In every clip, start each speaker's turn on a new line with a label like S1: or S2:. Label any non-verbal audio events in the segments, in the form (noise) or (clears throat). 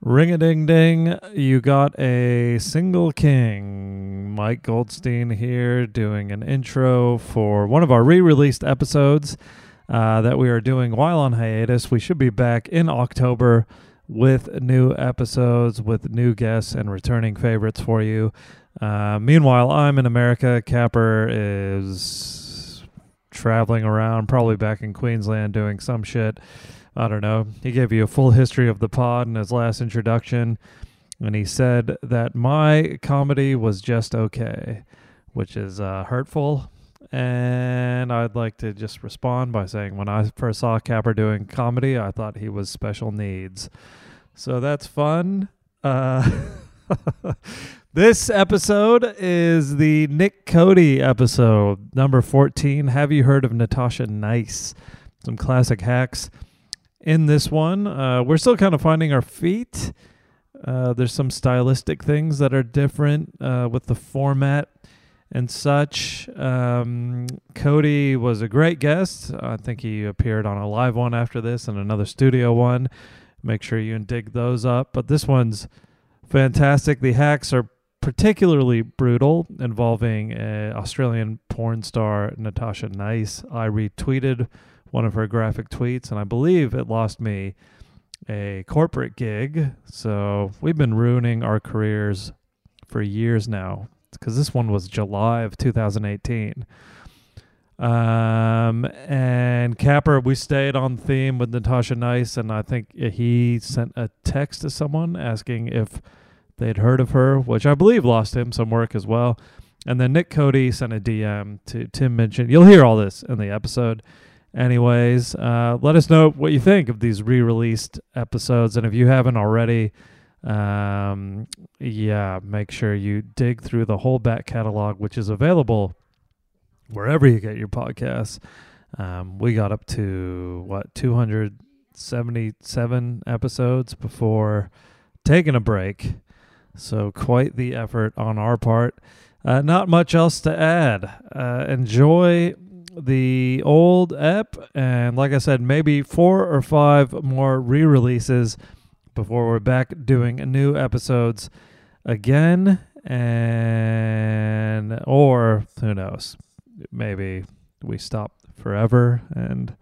S1: Ring a ding ding, you got a single king. Mike Goldstein here doing an intro for one of our re released episodes uh, that we are doing while on hiatus. We should be back in October with new episodes, with new guests, and returning favorites for you. Uh, meanwhile, I'm in America. Capper is traveling around, probably back in Queensland doing some shit. I don't know. He gave you a full history of the pod in his last introduction, and he said that my comedy was just okay, which is uh, hurtful. And I'd like to just respond by saying when I first saw Capper doing comedy, I thought he was special needs. So that's fun. Uh, (laughs) this episode is the Nick Cody episode, number 14. Have you heard of Natasha Nice? Some classic hacks in this one. Uh, we're still kind of finding our feet. Uh, there's some stylistic things that are different uh, with the format and such. Um, Cody was a great guest. I think he appeared on a live one after this and another studio one. Make sure you dig those up. But this one's fantastic. The hacks are particularly brutal, involving uh, Australian porn star Natasha Nice. I retweeted one of her graphic tweets, and I believe it lost me a corporate gig. So we've been ruining our careers for years now because this one was July of 2018. Um, and Capper, we stayed on theme with Natasha Nice, and I think he sent a text to someone asking if they'd heard of her, which I believe lost him some work as well. And then Nick Cody sent a DM to Tim Minchin. You'll hear all this in the episode. Anyways, uh, let us know what you think of these re released episodes. And if you haven't already, um, yeah, make sure you dig through the whole back catalog, which is available wherever you get your podcasts. Um, we got up to what 277 episodes before taking a break. So, quite the effort on our part. Uh, not much else to add. Uh, enjoy the old ep, and like I said, maybe four or five more re releases before we're back doing new episodes again. And, or who knows, maybe we stop forever and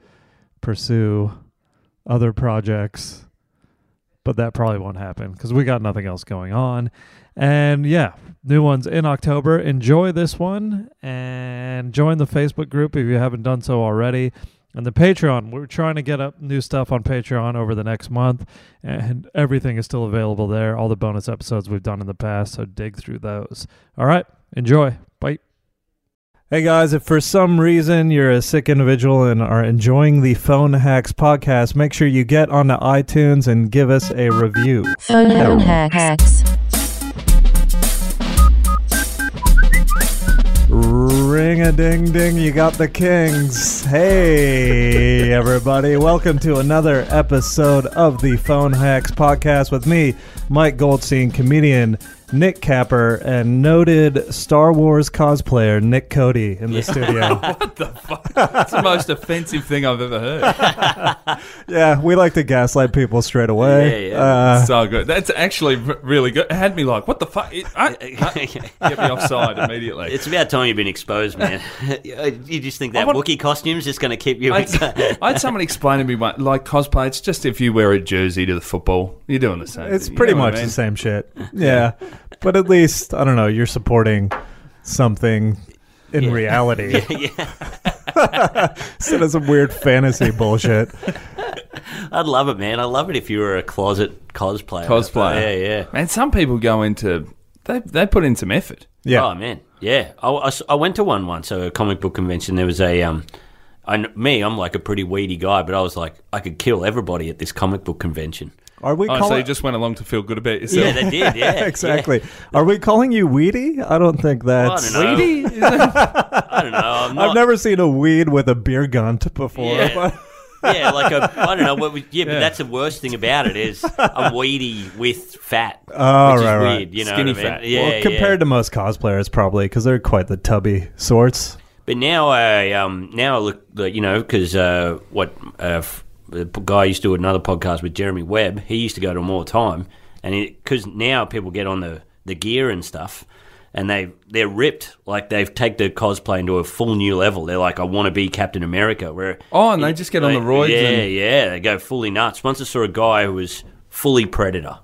S1: pursue other projects but that probably won't happen because we got nothing else going on. And yeah, new ones in October. Enjoy this one and join the Facebook group if you haven't done so already. And the Patreon, we're trying to get up new stuff on Patreon over the next month, and everything is still available there. All the bonus episodes we've done in the past, so dig through those. All right, enjoy. Bye. Hey guys, if for some reason you're a sick individual and are enjoying the Phone Hacks podcast, make sure you get onto iTunes and give us a review.
S2: Phone hacks.
S1: Ring a ding ding, you got the kings. Hey, everybody, welcome to another episode of the Phone Hacks podcast with me, Mike Goldstein, comedian Nick Capper, and noted Star Wars cosplayer Nick Cody in the studio.
S3: What the fuck? That's the most offensive thing I've ever heard.
S1: yeah, we like to gaslight people straight away. Uh,
S3: so good. That's actually r- really good. It had me like, what the fuck? It,
S4: (laughs)
S3: I, I- get me offside immediately.
S4: It's about time you've been exposed, man. (laughs) you just think
S3: I
S4: that
S3: want-
S4: Wookiee costume's just going to keep (laughs) you.
S3: I, I had someone explain to me one- like cosplay. It's just if you wear a jersey to the football, you're doing the same.
S1: It's
S3: thing, you
S1: pretty
S3: know what
S1: much
S3: I mean?
S1: the same
S3: (laughs)
S1: shit. Yeah. but at least, I don't know, you're supporting something in
S3: (laughs)
S1: reality
S4: yeah,
S1: instead of some weird fantasy bullshit.
S4: I'd love it, man. I love it if you were a closet cosplayer.
S3: Cosplayer.
S4: Yeah, yeah.
S3: And some people go into they they put in some effort.
S1: Yeah.
S4: Oh man, yeah. I, I s- I went to one once, a comic book convention. There was a um, I, kn- me, I'm like a pretty weedy guy, but I was like, I could kill everybody at this comic book convention.
S1: Are we
S3: Oh, so
S1: calling
S3: you just went along to feel good about
S4: Yeah,
S3: yourself.
S4: they did. Yeah,
S1: (laughs) Exactly. Are we calling you weedy? I don't think
S4: Yeah. I
S1: that's
S4: don't know.
S3: Really? Is that-
S4: I don't know. I'm not,
S1: I've never seen a weed with a beer gunt before.
S4: Yeah.
S1: but-
S4: (laughs) yeah, like a, I don't know. What we,
S3: Yeah.
S4: yeah, but that's the worst thing about it is I'm weedy with fat,
S1: Oh,
S4: which is
S1: right, right.
S4: weird. You know,
S3: Skinny
S4: what I mean?
S3: fat.
S4: Yeah,
S1: well, compared to most cosplayers, probably, because they're quite the tubby sorts.
S4: yeah. But now I um now I look like, you know because uh, what uh, f- the p- guy used to do another podcast with Jeremy Webb. He used to go to them all the time. and because now people get on the the gear and stuff, and they they're ripped like they've take the cosplay into a full new level. They're like, I want to be Captain America. Where
S3: Oh, and they just get on the roids
S4: Yeah,
S3: and-
S4: yeah, they go fully nuts. Once I saw a guy who was fully predator,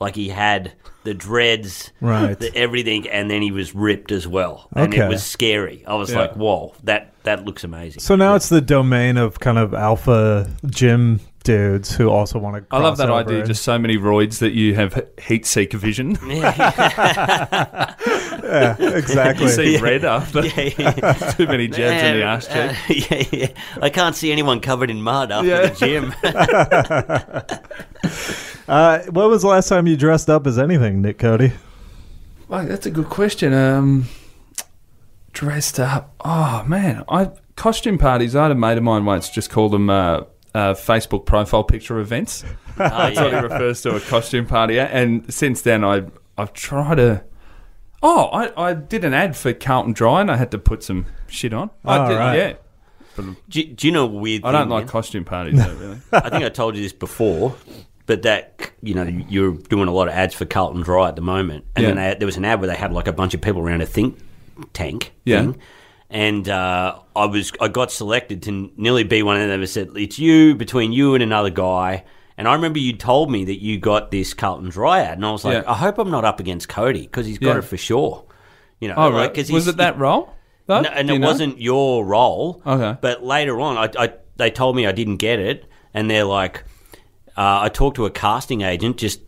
S4: like he had the dreads,
S5: Right.
S4: the everything, and then he was ripped as well, and
S5: Okay.
S4: it was scary. I was
S3: Yeah.
S4: like, whoa, that that looks amazing. (laughs)
S1: So now it's the domain of kind of alpha gym dudes who also want to.
S3: (laughs) I love that idea. Just so many roids that you have he- heat seeker vision. (laughs) you
S1: (laughs) exactly.
S3: see (laughs) red after (laughs) too many jabs in the
S4: Uh,
S3: arse
S4: uh,
S3: cheek.
S4: (laughs) yeah, yeah. I can't see anyone covered in mud after
S3: Yeah.
S4: the gym. (laughs)
S1: Uh, when was the last time you dressed up as anything, Nick Cody?
S3: Mate, that's a good question. Um, dressed up. Oh man, I costume parties. I had a mate of mine once just called them uh, uh, Facebook profile picture (laughs) events.
S4: Oh,
S3: That's what he
S4: yeah.
S3: refers to a costume party. at. And since then, I I've tried to. Oh, I, I did an ad for Carlton Dry, and I had to put some shit on. I
S4: Ah,
S1: Oh,
S3: did,
S1: right.
S3: yeah.
S4: Do, do you know a weird?
S3: I don't
S4: thing,
S3: like
S4: man?
S3: costume parties though,
S4: (laughs)
S3: really.
S4: I think I told you this before, but that you know you're doing a lot of ads for Carlton Dry at the moment, and then
S3: Yeah.
S4: they, there was an ad where they had like a bunch of people around a think tank
S3: Yeah.
S4: thing, and uh, I was I got selected to nearly be one of them. that said it's you between you and another guy. And I remember you told me that you got this Carlton Dry ad, and I was like,
S3: Yeah.
S4: I hope I'm not up against Cody because he's got
S3: Yeah.
S4: it for sure. You know,
S3: Oh,
S4: like,
S3: right.
S4: 'cause
S3: was
S4: he's-
S3: it that role? Though?
S4: no, and
S3: Do
S4: it
S3: you know?
S4: wasn't your role.
S3: Okay.
S4: But later on, I, I they told me I didn't get it, and they're like, uh, I talked to a casting agent, just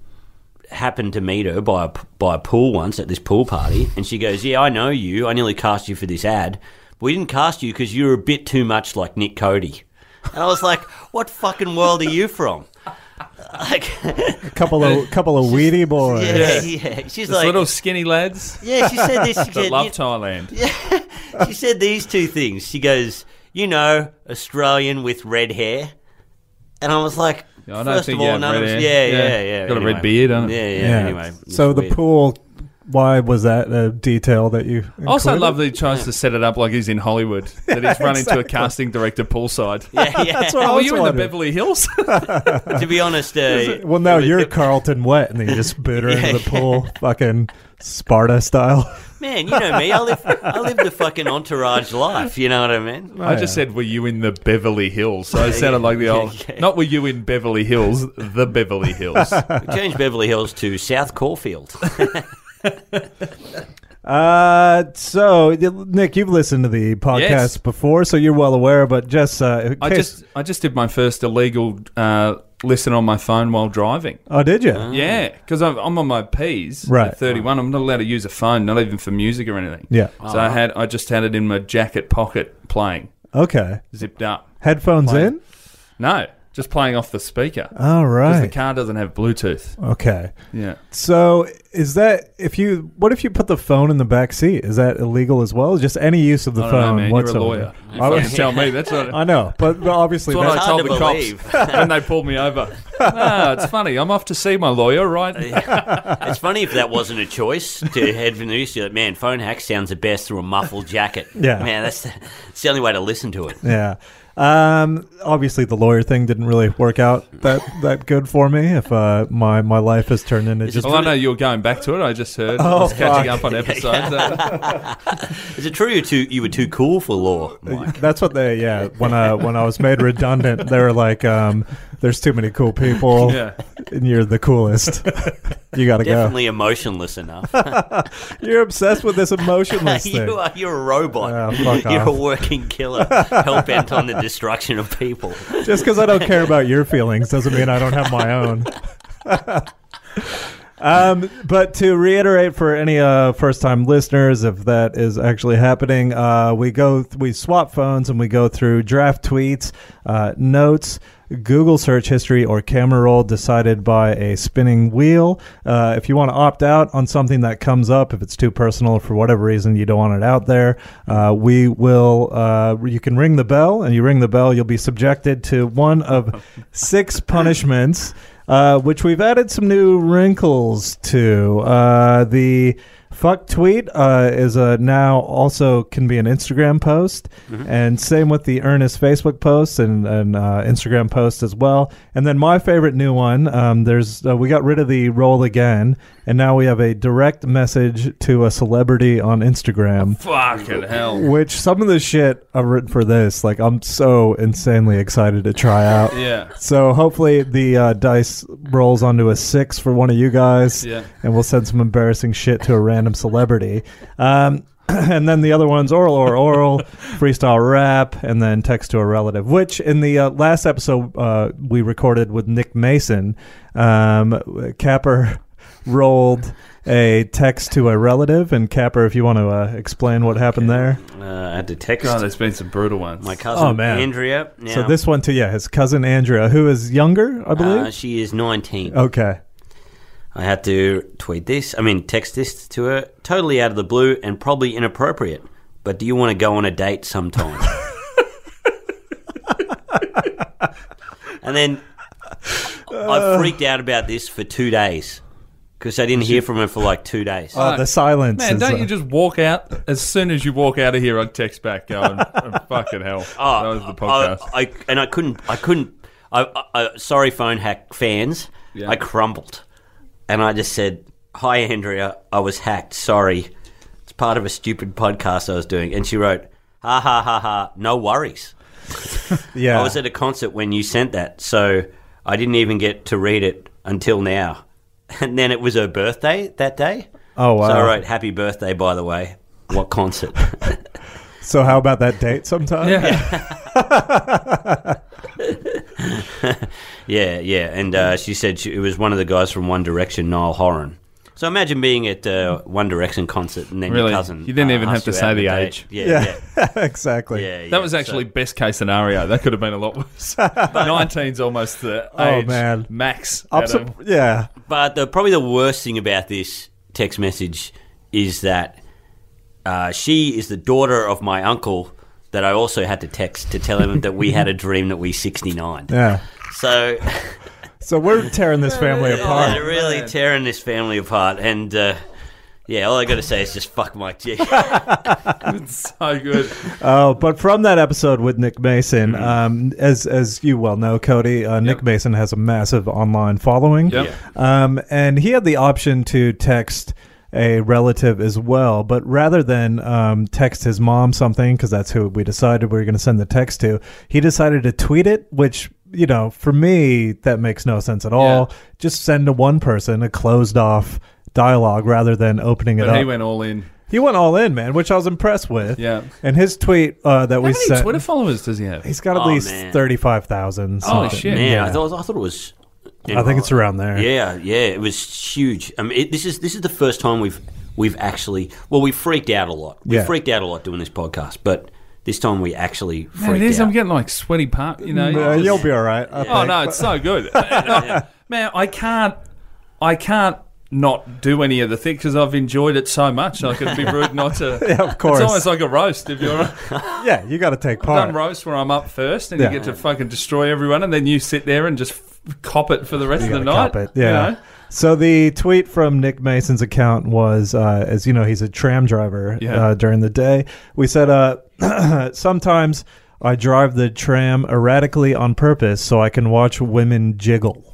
S4: happened to meet her by a, p- by a pool once at this pool party, and she goes, "Yeah, I know you. I nearly cast you for this ad, but we didn't cast you because you were a bit too much like Nick Cody." And I was like, "What fucking world are you from?" (laughs) Like, (laughs)
S1: A couple
S3: (laughs)
S1: of couple of weedy boys.
S4: yeah, yeah. She's
S3: Just
S4: like,
S3: little skinny lads
S4: yeah. She
S3: (laughs)
S4: said this. She
S3: that
S4: said,
S3: love
S4: "You-
S3: Thailand.
S4: she said these two things. She goes, you know, Australian with red hair. And I was like,
S3: Yeah, I don't
S4: first
S3: think
S4: of
S3: you
S4: all,
S3: have
S4: none of
S3: red
S4: us-
S3: hair.
S4: yeah,
S3: Yeah.
S4: yeah, yeah.
S3: Got a red
S4: Anyway.
S3: beard, don't it?
S4: Yeah, yeah, anyway. it's
S1: so the
S4: weird.
S1: pool. Why was that a detail that you?
S3: I also
S1: included?
S3: love that he tries to set it up like he's in
S4: (laughs)
S3: Hollywood, that he's run into a casting director poolside.
S4: Yeah, (laughs)
S1: (laughs)
S4: yeah. Oh,
S1: That's what I
S3: (laughs) Oh,
S1: was
S3: you in the
S1: wondering.
S3: Beverly
S4: (laughs)
S3: Hills?
S4: to be honest, uh,
S1: Well, no,
S4: it was-
S1: you're
S4: it-
S1: Carlton Wet, and then you just boot her
S4: (laughs) Yeah.
S1: into the pool, fucking Sparta style.
S4: (laughs)
S1: (laughs)
S4: man. You know me. I live, I live the fucking entourage life. You know what I mean?
S3: I just said, were you in the Beverly Hills? So it sounded like the old.
S4: yeah.
S3: Not were you in Beverly Hills, the Beverly
S4: (laughs)
S3: Hills.
S4: Change Beverly Hills to
S1: (laughs)
S4: South Caulfield.
S1: Uh, so y- Nick, you've listened to the podcast
S3: Yes.
S1: before, so you're well aware. But just uh, in
S3: I
S1: case-
S3: just I just did my first illegal uh, listen on my phone while driving.
S1: oh, did you?
S4: Mm.
S3: Yeah, because I'm, I'm on my P's.
S1: Right.
S3: At 31, I'm not allowed to use a phone, not even for music or anything.
S1: Yeah.
S3: So I had I just had it in my jacket pocket playing,
S1: Okay.
S3: zipped up.
S1: Headphones
S3: Uh-huh. Fine.
S1: in.
S3: No, just playing off the speaker.
S1: All
S3: Because the
S1: right.
S3: car doesn't have Bluetooth.
S1: okay.
S3: Yeah.
S1: So is that if you? What if you put the phone in the back seat? Is that illegal as well? Just any use of the
S3: I don't know,
S1: phone
S3: man. You're a
S1: whatsoever.
S3: (laughs) lawyer. You
S1: I,
S3: fucking
S1: was-
S3: tell me. (laughs) That's what,
S1: I know, but obviously
S3: that's what
S1: that's
S3: I told
S4: hard
S3: the
S4: to
S3: cops (laughs) when they pulled me over. Ah, it's funny. I'm off to see my lawyer, right?
S4: it's funny if that wasn't a choice to head from the used to. Man, phone hack sounds the best through a muffled jacket.
S1: Yeah.
S4: man, that's the, it's the only way to listen to it.
S1: Yeah. Um, obviously, the lawyer thing didn't really work out that, that good for me. If uh, my my life has turned into
S4: Is
S1: just
S3: Well, I know you were going back to it. I just heard. I
S1: Oh,
S3: was catching
S1: fuck.
S3: up (laughs) on episodes. Uh,
S4: Is it true you too? You were too cool
S1: Uh,
S4: for law,
S3: (laughs)
S4: Mike.
S1: that's what they yeah. When I when I was made redundant, they were like, um, "There's too many cool people,
S3: Yeah.
S1: and you're the coolest. (laughs) you got to go.
S4: Definitely
S1: (laughs)
S4: emotionless enough.
S1: You're obsessed with this emotionless thing.
S4: (laughs) you are, you're a robot.
S1: Ah, fuck
S4: (laughs) you're a
S1: off.
S4: working
S1: (laughs)
S4: killer, hell bent on the destruction of people.
S1: Just because I don't care about your feelings doesn't mean I don't have my own. um, but to reiterate for any uh, first-time listeners, if that is actually happening, uh, we go we swap phones and we go through draft tweets, uh, notes. Google search history or camera roll decided by a spinning wheel. Uh, if you want to opt out on something that comes up, if it's too personal for whatever reason you don't want it out there, uh, we will. Uh, you can ring the bell, and you ring the bell, you'll be subjected to one of six punishments uh, which we've added some new wrinkles to. Uh, the Fuck tweet uh, is a now also can be an Instagram post, and same with the earnest Facebook post and, and uh, Instagram post as well. And then my favorite new one, um, there's uh, we got rid of the roll again, and now we have a direct message to a celebrity on Instagram.
S3: (laughs) Fucking hell.
S1: Which some of the shit I've written for this, like I'm so insanely excited to try out.
S3: Yeah.
S1: So hopefully the uh, dice rolls onto a six for one of you guys,
S3: Yeah.
S1: and we'll send some embarrassing shit to a random celebrity. Um, (clears throat) and then the other one's oral or oral, freestyle rap, and then text to a relative. Which in the uh, last episode uh, we recorded with Nick Mason, um, Capper (laughs) rolled a text to a relative. And Capper, if you want to uh, explain what happened there.
S4: Uh, I had to text
S3: God, there's been some brutal ones.
S4: my cousin
S1: Oh, man.
S4: Andrea.
S1: So
S4: Now,
S1: this one too, yeah, his cousin Andrea, who is younger, I believe. Oh,
S4: uh, she is 19.
S1: okay.
S4: I had to tweet this, I mean, text this to her, totally out of the blue and probably inappropriate. But do you want to go on a date sometime? and then I freaked out about this for two days because I didn't hear from her for like two days.
S1: Uh, the silence.
S3: Man,
S1: is,
S3: don't
S1: uh,
S3: you just walk out as soon as you walk out of here? I text back going, (laughs) oh, "Fucking hell, that was the podcast."
S4: Ah, uh, I, I- and I couldn't. I couldn't. I, I, I- sorry, phone hack fans.
S3: Yeah.
S4: I crumbled, and I just said, "Hi, Andrea. I was hacked. Sorry. It's part of a stupid podcast I was doing." And she wrote, "Ha ha ha ha. No worries.
S1: yeah.
S4: I was at a concert when you sent that, so I didn't even get to read it until now. (laughs) And then it was her birthday that day.
S1: Oh, wow.
S4: So I wrote, "Happy birthday, by the way. What concert?"
S1: so how about that date sometime?
S3: (laughs) yeah,
S4: Yeah, yeah, and uh,
S3: Mm.
S4: she said she, it was one of the guys from One Direction, Niall Horan. So imagine being at uh, One Direction concert and then
S3: Really?
S4: your cousin.
S3: You didn't
S4: uh,
S3: even have
S4: asks
S3: to
S4: you
S3: say
S4: out on
S3: the
S4: a date.
S3: age.
S4: Yeah, yeah,
S3: (laughs)
S1: Yeah. (laughs) exactly.
S4: yeah, yeah.
S3: that was actually best case scenario. That could have been a
S1: (laughs)
S3: lot worse. Nineteen's almost the
S1: Oh,
S3: age
S1: man.
S3: max.
S1: I'm
S3: Adam.
S1: sup- yeah.
S4: So- but the, probably the worst thing about this text message is that uh, she is the daughter of my uncle that I also had to text to tell him that we
S3: (laughs)
S4: had a dream that we 69.
S1: Yeah.
S4: So (laughs)
S1: So we're tearing this family
S4: oh, they're
S1: apart.
S4: really tearing this family apart, and uh, yeah, all I got to say is just fuck Mike
S3: (laughs)
S4: G. (laughs)
S3: so good.
S1: Oh, but from that episode with Nick Mason,
S3: Mm-hmm.
S1: um, as as you well know, Cody, uh, Nick Mason has a massive online following.
S3: Yep.
S1: Um, and he had the option to text a relative as well, but rather than um, text his mom something, because that's who we decided we were going to send the text to, he decided to tweet it, which, you know, for me, that makes no sense at all.
S3: Yeah.
S1: Just send to one person a closed off dialogue rather than opening it
S3: But
S1: up.
S3: he went all in.
S1: He went all in, man, which I was impressed with.
S3: Yeah.
S1: And his tweet uh, that
S3: How
S1: we
S3: many
S1: sent,
S3: Twitter followers does he have?
S1: he's got at
S4: Oh,
S1: least
S4: man.
S1: thirty-five thousand.
S3: Holy shit.
S4: Man,
S1: Yeah.
S4: I thought I thought it was.
S1: I think it's around there.
S4: Yeah, yeah, it was huge. I mean, it, this is this is the first time we've we've actually well, we freaked out a lot. We
S1: Yeah.
S4: freaked out a lot doing this podcast, but this time we actually freaked
S3: Man, it is.
S4: out.
S3: I'm getting like sweaty part. You know,
S1: Uh,
S3: just-
S1: you'll be all right. I
S3: Oh
S1: think.
S3: no, it's so
S1: (laughs)
S3: good, man. I can't, I can't not do any of the things because I've enjoyed it so much. I
S1: (laughs)
S3: could be rude not to.
S1: Yeah, of course.
S3: It's almost like a roast. If
S1: (laughs)
S3: you're a
S1: yeah, you got to take
S3: done
S1: part.
S3: roast where I'm up first and
S1: Yeah.
S3: you get to fucking destroy everyone, and then you sit there and just f- cop it for the rest of the
S1: You gotta
S3: night.
S1: cop it. Yeah.
S3: you know?
S1: So the tweet from Nick Mason's account was, uh, as you know, he's a tram driver
S3: Yeah.
S1: uh, during the day. We said, uh, (clears throat) sometimes I drive the tram erratically on purpose so I can watch women jiggle.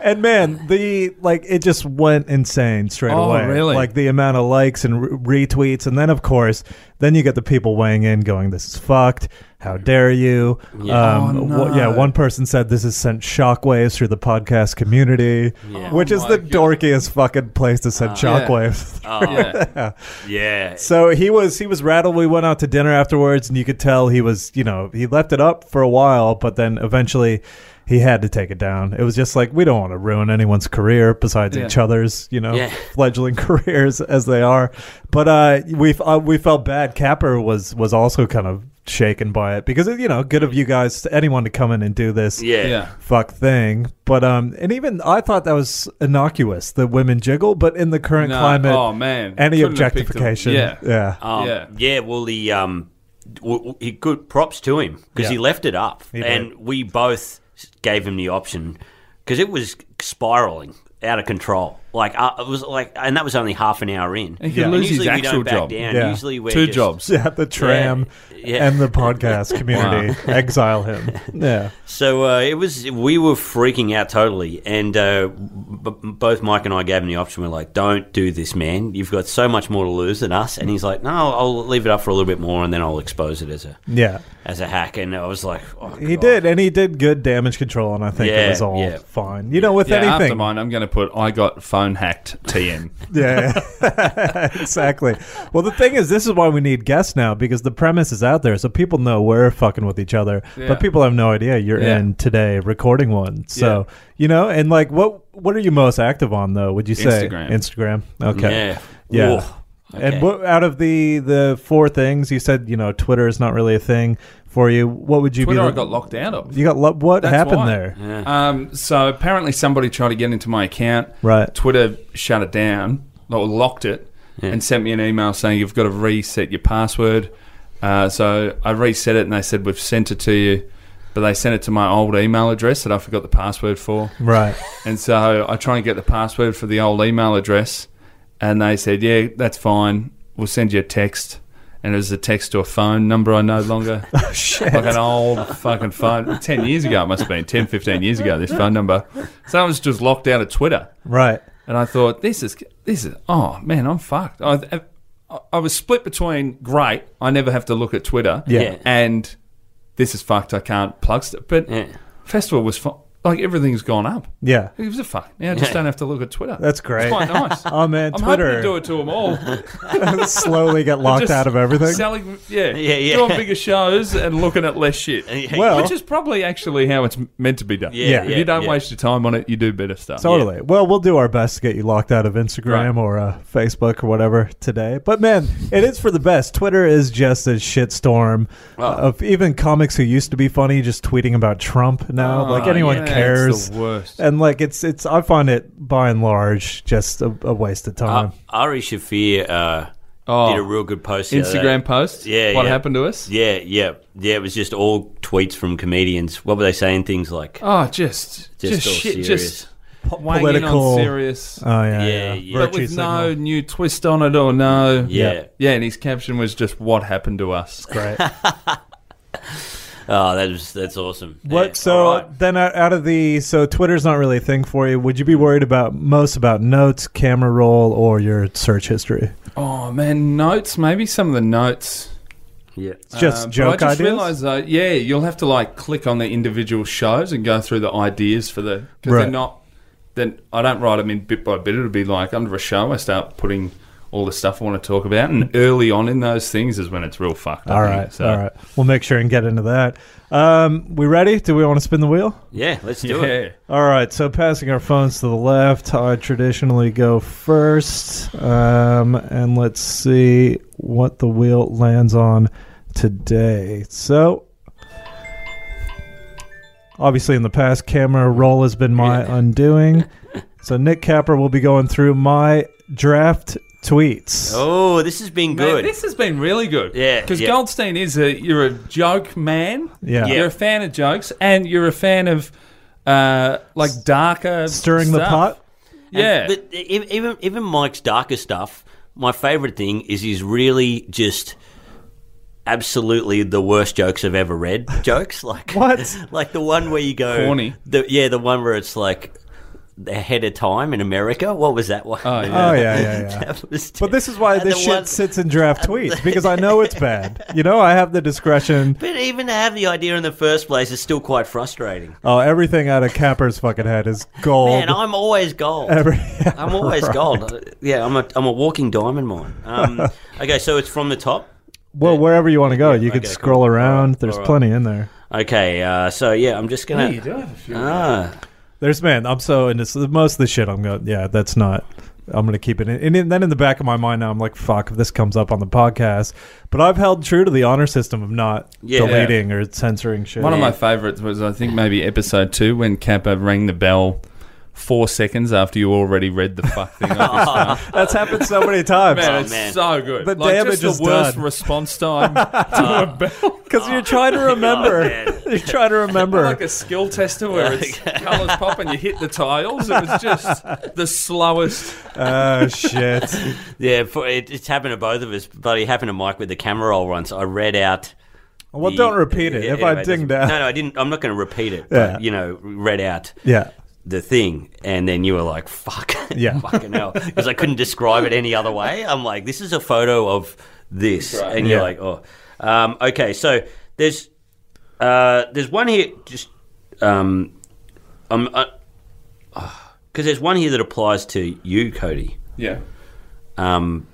S1: and man, the like it just went insane straight
S3: Oh,
S1: away.
S3: really?
S1: Like the amount of likes and re- retweets, and then of course, then you get the people weighing in, going, "This is fucked. How dare you?"
S4: Yeah.
S1: Um,
S3: Oh,
S1: wh- yeah,
S3: no.
S1: one person said this has sent shockwaves through the podcast community,
S4: Yeah. Uh,
S1: which
S3: Oh
S1: is
S3: my
S1: the
S3: God.
S1: dorkiest fucking place to send shockwaves.
S4: Oh,
S3: (laughs) Yeah.
S1: (laughs)
S4: yeah.
S1: So he was he was rattled. We went out to dinner afterwards, and you could tell he was you know he left it up for a while, but then eventually he had to take it down. It was just like we don't want to ruin anyone's career besides
S3: Yeah.
S1: each other's you know
S4: Yeah.
S1: (laughs) fledgling careers as they are. But uh, we uh, we felt bad. Capper was was also kind of shaken by it because you know good of you guys anyone to come in and do this
S4: yeah,
S3: yeah.
S1: fuck thing. But um, and even I thought that was innocuous, the women jiggle. But in the current
S3: No,
S1: climate,
S3: oh, man.
S1: any
S3: Couldn't have picked 'em.
S1: objectification,
S3: Yeah.
S1: yeah,
S4: Um,
S3: Yeah.
S4: yeah, Well, the um, w- w- he good props to him because
S1: Yeah.
S4: he left it up,
S1: He did.
S4: and we both gave him the option because it was spiraling. out of control. Like uh, it was like, and that was only half an hour in.
S3: He could
S4: And
S3: lose his
S4: usually we
S3: actual
S4: don't back
S3: job.
S4: Down.
S1: Yeah.
S4: Usually we're
S3: Two
S4: just-
S1: (laughs)
S3: jobs.
S1: Yeah, the tram
S4: yeah.
S1: and the
S3: (laughs)
S1: podcast community exile him. Yeah.
S4: So uh, it was. We were freaking out totally, and uh, b- both Mike and I gave him the option. We're like, "Don't do this, man. You've got so much more to lose than us." And he's like, "No, I'll leave it up for a little bit more, and then I'll expose it as a
S1: Yeah.
S4: as a hack." And I was like, oh,
S1: He
S4: God.
S1: did, and he did good damage control, and I think it
S4: Yeah,
S1: was all
S4: yeah.
S1: fine. You know, with
S3: Yeah, after
S1: anything.
S3: mine, I'm going to put I got phone hacked
S1: (laughs)
S3: TM.
S1: Yeah,
S3: (laughs)
S1: yeah. (laughs) exactly. Well, the thing is, this is why we need guests now because the premise is out there, so people know we're fucking with each other,
S3: Yeah.
S1: but people have no idea you're
S3: Yeah.
S1: in today recording one. So
S3: Yeah.
S1: you know, and like, what what are you most active on though? Would you say
S3: Instagram.
S1: Instagram? Okay,
S4: Yeah.
S1: Yeah.
S4: Whoa. Okay.
S1: And what out of the the four things you said, you know, Twitter is not really a thing for you. What would you
S3: Twitter,
S1: be?
S3: I got locked out of.
S1: you got lo- what
S3: That's
S1: happened
S3: why.
S1: there?
S4: Yeah.
S3: Um, so apparently somebody tried to get into my account.
S1: Right.
S3: Twitter shut it down, or locked it,
S4: Yeah.
S3: and sent me an email saying you've got to reset your password. Uh, so I reset it, and they said we've sent it to you, but they sent it to my old email address that I forgot the password for.
S1: Right.
S3: And so I try and get the password for the old email address, and they said, "Yeah, that's fine. We'll send you a text." And it was a text to a phone number I no longer. oh, shit. Like an old fucking phone. 10 years ago, it must have been 10, 15 years ago, this phone number. So I was just locked out of Twitter.
S1: Right.
S3: And I thought, this is, this is, oh man, I'm fucked. I, I, I was split between great, I never have to look at Twitter.
S1: Yeah.
S4: Yeah.
S3: And this is fucked, I can't plug stuff. But
S4: Yeah.
S3: Festival was, fu- like, everything's gone up. (laughs)
S1: Yeah.
S3: Who gives a fuck? Now I just don't have to look at Twitter.
S1: That's great.
S3: It's
S1: (laughs)
S3: quite nice.
S1: Oh man,
S3: I'm hoping to
S1: Twitter
S3: do it to
S1: (laughs)
S3: them all.
S1: slowly got locked
S3: (laughs) Just
S1: out of everything.
S3: Selling, yeah,
S4: (laughs) Yeah, yeah.
S3: doing bigger shows and looking at less
S4: (laughs)
S3: shit.
S1: Well-
S3: which is probably actually how it's meant to be done.
S4: Yeah,
S3: if you don't
S4: yeah.
S3: waste your time on it, you do better stuff.
S1: Totally. Well, we'll do our best to get you locked out of Instagram
S3: Right.
S1: or uh, Facebook or whatever today. But man, it is for the best. Twitter is just a shitstorm
S3: Oh.
S1: of even comics who used to be funny just tweeting about Trump now.
S3: Oh,
S1: like anyone
S3: yeah, it's
S1: cares.
S3: the worst.
S1: And like it's it's I find it by and large just a, a waste of time.
S4: Uh, Ari Shafir uh,
S3: Oh.
S4: did a real good post. the other day.
S3: Instagram post.
S4: Yeah,
S3: what
S4: yeah.
S3: happened to us?
S4: Yeah, yeah, yeah. It was just all tweets from comedians. What were they saying? Things like,
S3: Oh, just
S4: Just
S3: just,
S4: all
S3: shit,
S4: serious.
S3: just weighing in on
S1: political-
S3: serious.
S1: oh yeah,
S4: yeah,
S1: yeah.
S4: yeah.
S3: but
S1: Virtue
S3: with
S1: signal.
S3: no new twist on it or no.
S4: yeah.
S3: Yeah, and his caption was just what happened to us. (laughs)
S1: Great.
S4: Oh, that is that's awesome.
S1: What
S4: Yeah,
S1: so
S4: all right.
S1: then out, out of the so Twitter's not really a thing for you. Would you be worried about most about notes, camera roll, or your search history?
S3: Oh man, notes. Maybe some of the notes.
S4: Yeah.
S1: It's just
S3: Um, but
S1: joke
S3: I just
S1: ideas.
S3: realised though, yeah, you'll have to like click on the individual shows and go through the ideas for the because
S1: Right.
S3: they're not. Then I don't write them in bit by bit. It'll be like under a show, I start putting all the stuff I want to talk about,
S1: (laughs)
S3: and early on in those things is when it's real fucked. I
S1: all
S3: think.
S1: right,
S3: so
S1: all right. We'll make sure and get into that. Um, we ready? Do we want to spin the wheel?
S4: Yeah, let's do it.
S3: yeah,
S1: All right. So passing our phones to the left, I traditionally go first, um, and let's see what the wheel lands on today. So. Obviously, in the past, camera roll has been my undoing. So, Nick Capper will be going through my draft tweets.
S4: Oh, this has been
S3: Man,
S4: good.
S3: this has been really good.
S4: Yeah,
S3: because
S4: yeah.
S3: Goldstein is a you're a joke man.
S1: Yeah.
S4: Yeah.
S3: you're a fan of jokes, and you're a fan of uh, like darker
S1: Stirring the
S3: stuff.
S1: pot.
S4: And-
S3: Yeah,
S4: but e- even even Mike's darker stuff. My favorite thing is he's really just absolutely the worst jokes I've
S1: (laughs)
S4: ever read. Jokes like
S1: What?
S4: (laughs) Like the one where you go
S3: Corny.
S4: The, yeah, the one where it's like ahead of time in America. What was that one? (laughs)
S3: Oh, yeah.
S1: Oh, yeah, yeah, yeah.
S4: That was
S1: But this is why
S4: and
S1: this
S4: the
S1: shit
S4: one-
S1: sits in draft tweets because I know it's bad. You know, I have the
S4: (laughs)
S1: discretion.
S4: But even to have the idea in the first place is still quite frustrating.
S1: Oh, everything out of Capper's fucking head is gold.
S4: Man, I'm always gold.
S1: (laughs) Every-
S4: I'm
S1: (laughs)
S4: always
S1: Right.
S4: gold. Uh, Yeah, I'm a I'm a walking diamond mine.
S1: (laughs)
S4: Um, okay, so it's from the top.
S1: well, wherever you want to go, you can
S4: okay,
S1: scroll
S4: cool.
S1: around.
S4: Alright,
S1: There's
S4: alright.
S1: plenty in there.
S4: Okay, uh, so yeah, I'm just gonna.
S3: you do have a few.
S4: Ah,
S1: There's man, I'm so into s- most of the shit. I'm going, yeah, that's not. I'm going to keep it in. And then- then in the back of my mind now, I'm like, fuck, if this comes up on the podcast. But I've held true to the honor system of not
S4: Yeah.
S1: deleting or censoring shit.
S3: One of my favourites was I think maybe episode two when Kappa rang the bell four seconds after you already read the fuck thing. off
S4: (laughs)
S3: his phone.
S1: (laughs) That's happened so many times.
S3: Man, it's
S4: Oh, man.
S3: so good.
S1: The
S3: like,
S1: damage
S3: just the Uh,
S1: is
S3: worst
S1: done.
S3: response (laughs) time to a (laughs) bell.
S1: Because you're trying to remember.
S4: man.
S1: (laughs) you're trying to
S3: (laughs)
S1: remember.
S3: Like a skill tester where
S4: (laughs)
S3: it's colours pop and you hit the tiles. It was (laughs) just the slowest.
S1: oh, shit.
S4: Yeah, for, it, it's happened to both of us, but it happened to Mike with the camera roll once. I read out.
S1: Well,
S4: the-
S1: don't repeat it
S4: Yeah,
S1: if I
S4: anyway,
S1: ding
S4: that's-
S1: down.
S4: No, no, I didn't. I'm not going to repeat it.
S1: Yeah.
S4: But, you know, read out
S1: Yeah.
S4: the thing, and then you were like, "Fuck, (laughs)
S1: Yeah.
S4: fucking hell," because I couldn't describe it any other way. I'm like, "This is a photo of this,"
S3: Right.
S4: and you're
S1: Yeah.
S4: like, "Oh, um, okay." So there's uh, there's one here. Just um, I'm (sighs) because there's one here that applies to you, Cody.
S3: Yeah.
S4: Um,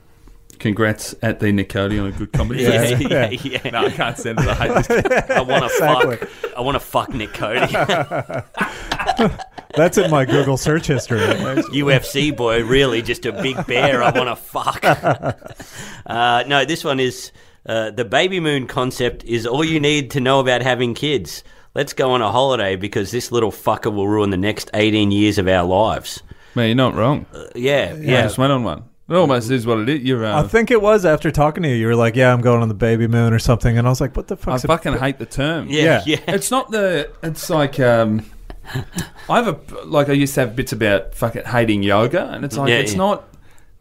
S3: Congrats at the Nicody on a good comedy.
S4: yeah, (laughs)
S3: fest.
S4: yeah,
S1: Yeah.
S4: yeah.
S3: No, I (laughs) can't send it. I hate this.
S4: I want to
S1: Exactly.
S4: fuck. I want to fuck Nick Cody,
S1: That's in my Google search history.
S4: (laughs) UFC boy. Really, just a big bear. I want to fuck. Uh, no, this one is uh, the baby moon concept. Is all you need to know about having kids. Let's go on a holiday because this little fucker will ruin the next eighteen years of our lives.
S3: Man, you're not wrong.
S4: Uh, yeah,
S3: I
S4: yeah,
S3: just went on one. It almost is what it is. You're, uh,
S1: I think it was after talking to you. You were like, "Yeah, I'm going on the baby moon" or something, and I was like, "What the
S3: I
S1: fuck?"
S3: fucking hate the term.
S4: yeah,
S1: yeah.
S4: yeah.
S3: It's not the. It's like um, I have a like I used to have bits about fucking hating yoga, and it's like
S4: Yeah,
S3: it's
S4: yeah.
S3: not.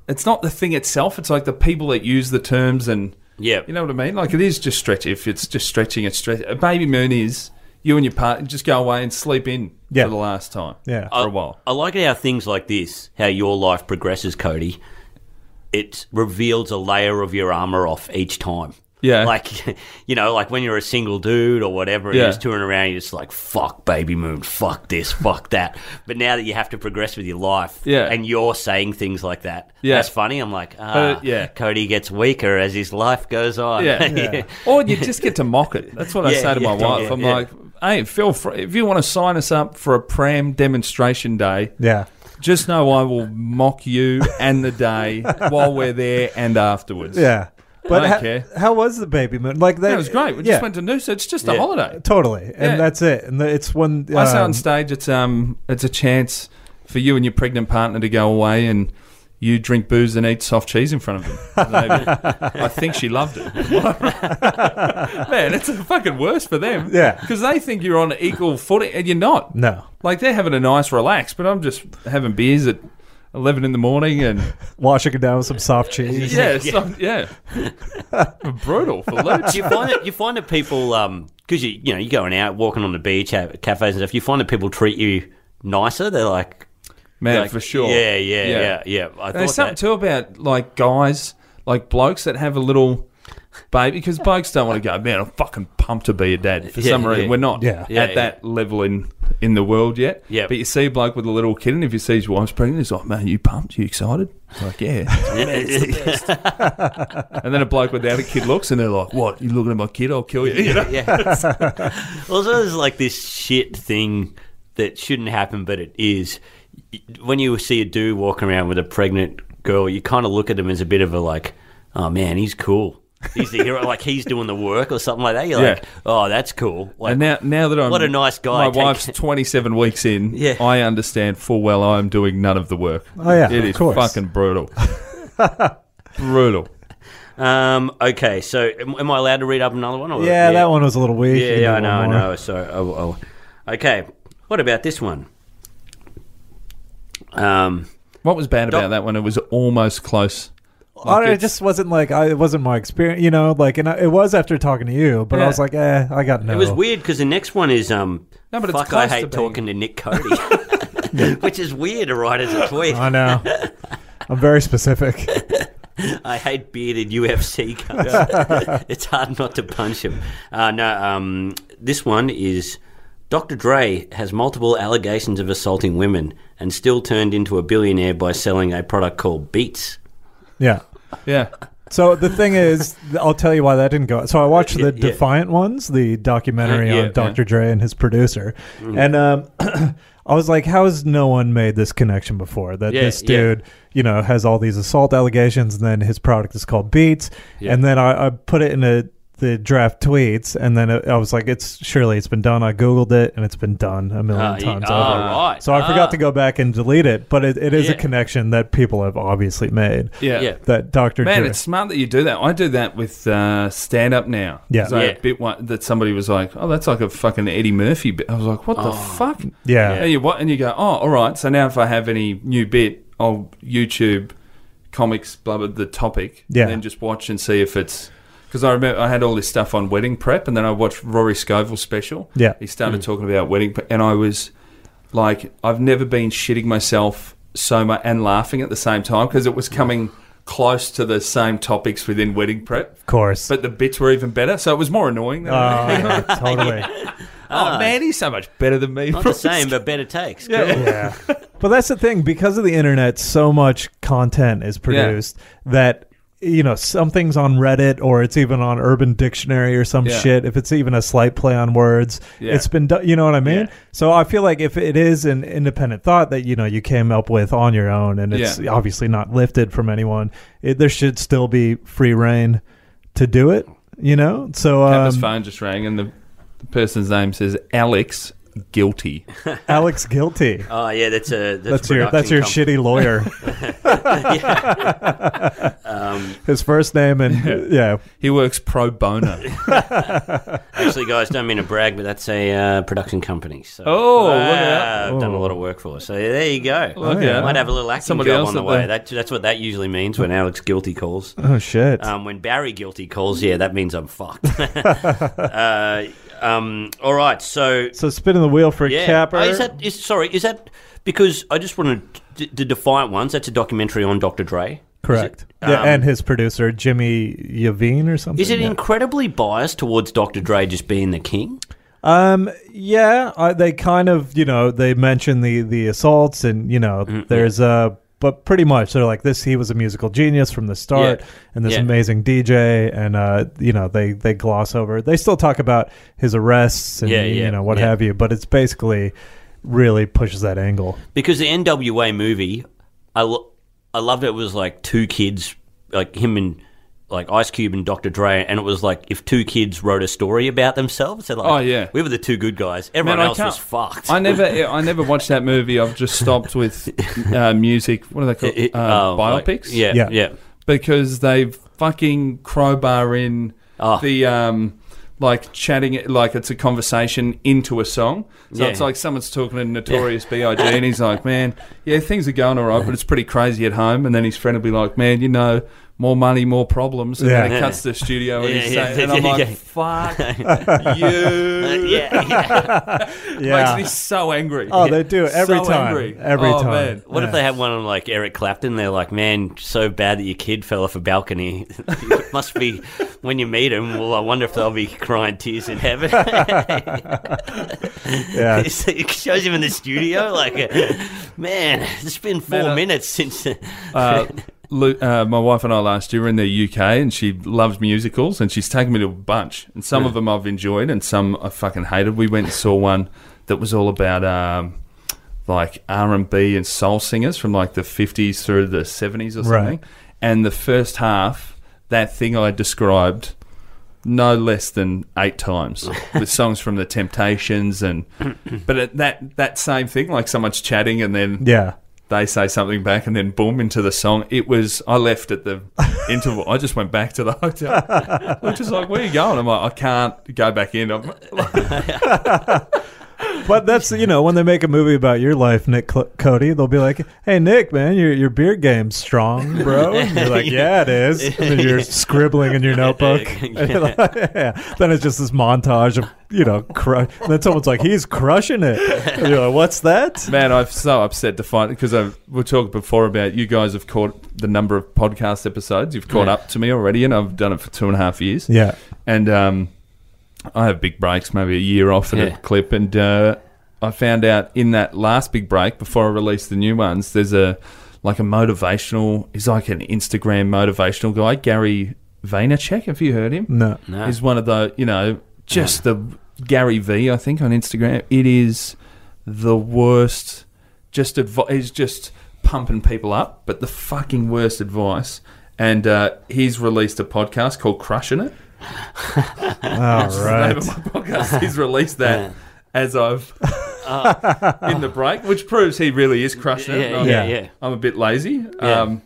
S3: It's not the thing itself. It's like the people that use the terms, and
S4: Yeah.
S3: you know what I mean. Like it is just stretch. If it's just stretching, it's stretch. A baby moon is you and your partner just go away and sleep in
S1: Yeah.
S3: for the last time.
S1: Yeah.
S3: for a while.
S4: I like it how things like this, how your life progresses, Cody. It reveals a layer of your armor off each time.
S3: Yeah.
S4: Like, (laughs) you know, like when you're a single dude or whatever, and
S3: Yeah.
S4: you're just touring around, you're just like, fuck Baby Moon, fuck this, fuck that. But now that you have to progress with your life
S3: Yeah.
S4: and you're saying things like that,
S3: Yeah.
S4: that's funny. I'm like, ah,
S3: yeah.
S4: Cody gets weaker as his life goes on. (laughs)
S3: Yeah. (laughs) Or you just get to mock it. That's what I
S4: Uh, Yeah,
S3: say to my
S4: yeah,
S3: wife.
S4: yeah,
S3: I'm
S4: yeah.
S3: like, hey, feel free. If you want to sign us up for a pram demonstration day,
S1: Yeah,
S3: Just know I will mock you and
S1: (laughs)
S3: the day while we're there and afterwards.
S1: yeah. But
S3: don't
S1: ho-
S3: care.
S1: how was the baby moon? Like that
S3: That was great. We
S1: yeah,
S3: just went to Noosa. It's just a
S4: Yeah.
S3: holiday.
S1: totally, and
S3: Yeah.
S1: that's it. And the, it's when
S3: I say
S1: um,
S3: on stage, it's um, it's a chance for you and your pregnant partner to go away and you drink booze and eat soft cheese in front of them. They- I think she loved it. (laughs) Man, it's fucking worse for them.
S1: Yeah.
S3: because they think you're on equal footing and you're not.
S1: no.
S3: Like they're having a nice relax, but I'm just having beers at eleven in the morning and.
S1: Washing it down with some soft cheese.
S3: Yeah, it's not- yeah. Brutal
S4: (laughs)
S3: for loads.
S4: Do you find that you find that people um because you you know you're going out walking on the beach have cafes and stuff you find that people treat you nicer they're like
S3: Man,
S4: like,
S3: for sure.
S4: yeah yeah yeah yeah, I
S3: And There's
S4: thought
S3: something
S4: that
S3: too about like guys, like blokes that have a little baby
S4: (laughs)
S3: because blokes don't want to go. Man, I'm fucking pumped to be a dad. For
S4: Yeah,
S3: some reason,
S4: yeah.
S3: we're not
S1: Yeah.
S3: at
S4: Yeah, yeah.
S3: that level in in the world yet.
S4: Yeah.
S3: But you see a bloke with a little kid, and if he sees his wife's pregnant, he's like, "Man, you pumped? You excited?" It's like,
S4: (laughs)
S3: yeah. and then a bloke without a kid looks, and they're like, "What? You looking at my kid? I'll kill you." you know?
S4: yeah (laughs) also there's like this shit thing that shouldn't happen but it is when you see a dude walking around with a pregnant girl you kind of look at him as a bit of a like oh man he's cool he's the hero like he's doing the work or something like that you're
S3: Yeah.
S4: like oh that's cool like,
S3: And now, now that I'm
S4: What a nice guy.
S3: My
S4: Take-
S3: wife's 27 weeks in.
S4: (laughs) Yeah.
S3: I understand full well I am doing none of the work.
S1: Oh, yeah,
S3: it
S1: of
S3: is
S1: course.
S3: fucking
S1: (laughs)
S3: brutal. brutal.
S4: um okay so am, am I allowed to read up another one or
S1: Yeah, that one was a little weak. You
S4: Yeah,
S1: can
S4: yeah, I
S1: do
S4: know, I
S1: one more.
S4: know. So, oh, oh. okay. What about this one? Um,
S3: What was bad about that one? It was almost close.
S1: I don't- it
S3: it's-
S1: just wasn't like I, it wasn't my experience, you know. Like, and I, it was after talking to you, but
S3: Yeah.
S1: I was like, eh, I got no.
S4: it was weird because the next one is um.
S3: No, but it's
S4: fuck, I
S3: close to
S4: hate
S3: being-
S4: talking to Nick Cody, (laughs) which is weird to write
S1: (laughs)
S4: as a tweet.
S1: I know. I'm very specific.
S4: I hate bearded (laughs) UFC
S1: (laughs)
S4: guys. it's hard not to punch him. Uh, no, um, this one is Dr. Dre has multiple allegations of assaulting women and still turned into a billionaire by selling a product called Beats.
S1: Yeah.
S3: Yeah.
S1: So the thing
S4: (laughs)
S1: is, I'll tell you why that didn't go. So I watched
S4: Yeah,
S1: the
S4: yeah.
S1: Defiant ones, the documentary
S4: Uh, yeah, Mm-hmm.
S1: on Dr. Dre and his producer, and um, (clears throat) I was like, how has no one made this connection before? That
S4: Yeah,
S1: this
S4: yeah.
S1: dude, you know, has all these assault allegations, and then his product is called Beats, and then I, I put it in a the draft tweets, and then it, I was like, "It's surely it's been done." I googled it, and it's been done a million
S4: Ah, ye-
S1: times
S4: ah,
S1: over.
S4: right.
S1: So I
S4: Ah.
S1: forgot to go back and delete it, but it, it is
S4: Yeah.
S1: a connection that people have obviously made.
S3: Yeah.
S4: Yeah.
S1: That Doctor
S3: Man, it's smart that you do that. I do that with uh, stand up now.
S1: Yeah.
S3: So
S4: Yeah.
S3: a bit one, that somebody was like, "Oh, that's like a fucking Eddie Murphy." bit. I was like, "What the
S4: Oh.
S3: fuck?"
S1: yeah.
S3: And you what? And you go, "Oh, all right." So now if I have any new bit, I'll YouTube comics, blah blah, the topic,
S1: Yeah.
S3: and then just watch and see if it's because I remember I had all this stuff on wedding prep, and then I watched Rory Scovel's special.
S1: Yeah. Mm.
S3: he started talking about wedding, prep, and I was like, I've never been shitting myself so much and laughing at the same time because it was coming close to the same topics within wedding prep.
S1: Of course.
S3: But the bits were even better, so it was more annoying. (laughs) Than
S1: Oh, yeah, totally.
S3: oh man, he's so much better than me.
S4: Not the same, but better takes. Cool.
S1: yeah. But that's the thing because of the internet, so much content is produced that you know something's on Reddit or it's even on Urban Dictionary or some
S3: Yeah.
S1: shit. If it's even a slight play on words,
S3: Yeah.
S1: it's been done. You know what I mean?
S4: Yeah.
S1: So I feel like if it is an independent thought that you know you came up with on your own and it's
S3: Yeah.
S1: obviously not lifted from anyone, it, there should still be free reign to do it. You know, so
S3: Kappa's
S1: um,
S3: phone just rang, and the, the person's name says Alex Guilty.
S1: Alex guilty.
S4: Oh yeah, that's a
S1: That's
S4: that's,
S1: your that's your shitty lawyer.
S4: (laughs) Um,
S1: His first name and yeah,
S3: He works pro
S4: (laughs)
S3: bono.
S4: actually, guys, don't mean to brag, but that's a uh, production company. So,
S3: Oh, look at
S4: Uh,
S3: that.
S4: I've done a
S1: Oh.
S4: lot of work for. So yeah, there you go.
S3: Look at
S4: Might
S3: that.
S4: have a little acting
S3: Somebody
S4: job
S3: else
S4: on the
S3: that
S4: way.
S3: they-
S4: That, that's what that usually means when Alex guilty calls.
S1: Oh shit!
S4: Um, when Barry guilty calls, yeah, that means I'm fucked. (laughs) uh, um, all right, so
S1: so spinning the wheel for
S4: yeah,
S1: Capper.
S4: Oh, is that is sorry? Is that because I just wanted to, the Defiant Ones? That's a documentary on Dr. Dre.
S1: correct?
S4: Is it,
S1: yeah,
S4: um,
S1: and his producer Jimmy Yavine or something.
S4: Is it
S1: yeah.
S4: incredibly biased towards Dr. Dre just being the king?
S1: Um, yeah, I, they kind of you know they mention the the assaults and you know
S4: Mm-hmm,
S1: there's a. But pretty much, they're like this. He was a musical genius from the start,
S4: Yeah.
S1: and this
S4: Yeah.
S1: amazing DJ. And uh, you know, they they gloss over. They still talk about his arrests and
S4: Yeah, yeah,
S1: you know what
S4: yeah.
S1: have you. But it's basically really pushes that angle.
S4: Because the NWA movie, I, lo- I loved it. It was like two kids, like him and like Ice Cube and Dr. Dre, and it was like if two kids wrote a story about themselves, they're like,
S3: Oh, yeah.
S4: we were the two good guys. Everyone
S3: Man, I
S4: else was
S3: can't-
S4: fucked.
S3: I never, I never watched that movie. I've just stopped with uh, music. What are they called?
S4: (laughs) It- it-
S3: uh,
S4: oh, like-
S3: biopics.
S4: yeah,
S1: Yeah.
S4: yeah, (laughs)
S3: because they fucking crowbar in
S4: Ah.
S3: the um, like chatting it like it's a conversation into a song. So
S4: Yeah.
S3: it's like someone's talking to Notorious B.I.G. and he's like, "Man, yeah, things are going all right, but it's pretty crazy at home." And then his friend will be like, "Man, you know." More money, more problems, and then
S1: Yeah.
S3: it cuts to the studio, and,
S4: Yeah,
S3: he's
S4: yeah,
S3: saying, and I'm
S4: (laughs) yeah,
S3: like,
S4: yeah.
S3: "Fuck you!"
S4: yeah, (laughs) yeah.
S1: (laughs) Yeah,
S3: Makes me so angry.
S1: Oh, they do every
S3: (laughs) So
S1: time.
S3: angry.
S1: Every
S3: Oh,
S1: time.
S3: man.
S4: What if
S1: Yeah.
S4: they had one on like Eric Clapton? They're like, man, so bad that your kid fell off a balcony. (laughs) it must be when you meet him. Well, I wonder if they'll be crying tears in heaven. (laughs)
S3: (laughs)
S1: Yeah,
S4: It's- it shows him in the studio like (laughs) man it's been four
S3: Man, I-
S4: minutes since (laughs)
S3: (laughs) uh, Lu- uh, my wife and I last year were in the UK, and she loves musicals, and she's taken me to a bunch, and some of them I've enjoyed, and some I fucking hated. We went and saw one that was all about um, like R and B and soul singers from like the fifties through the seventies or something,
S1: Right.
S3: and the first half, that thing I described. No less than eight times with songs from the Temptations and, but it, that that same thing like someone's chatting and then
S1: yeah.
S3: they say something back and then boom into the song. It was I left at the interval. I just went back to the hotel. Which is like, where you going? I'm like, I can't go back in. I'm,
S1: But that's you know when they make a movie about your life, Nick Cl- Cody, they'll be like, "Hey Nick, man, your your beard game's strong, bro." And you're like, "Yeah, it is." And then you're scribbling in your notebook. (laughs) And you're like, yeah. Then it's just this montage of you know, cru- and then someone's like, "He's crushing it." And you're like, "What's that?"
S3: man, I'm so upset to find because I we talked before about you guys have caught the number of podcast episodes. You've caught up to me already, and I've done it for two and a half years.
S1: Yeah,
S3: and um, I have big breaks, maybe a year off at
S4: Yeah.
S3: a clip, and uh, I found out in that last big break before I released the new ones, there's a like a motivational. He's like an Instagram motivational guy, Gary Vaynerchuk. Have you heard him?
S1: no,
S4: no.
S3: He's one of the you know just the Gary V. I think on Instagram. It is the worst. Just advi- he's just pumping people up, but the fucking worst advice. And uh, he's released a podcast called Crushing It
S1: All
S3: Name
S1: right.
S3: of my
S4: (laughs)
S3: podcast. He's released that as I've (laughs) in the break, which proves he really is crushing it.
S4: Oh, Yeah,
S3: I'm-
S4: yeah, yeah.
S3: I'm a bit lazy.
S4: Yeah.
S3: Um,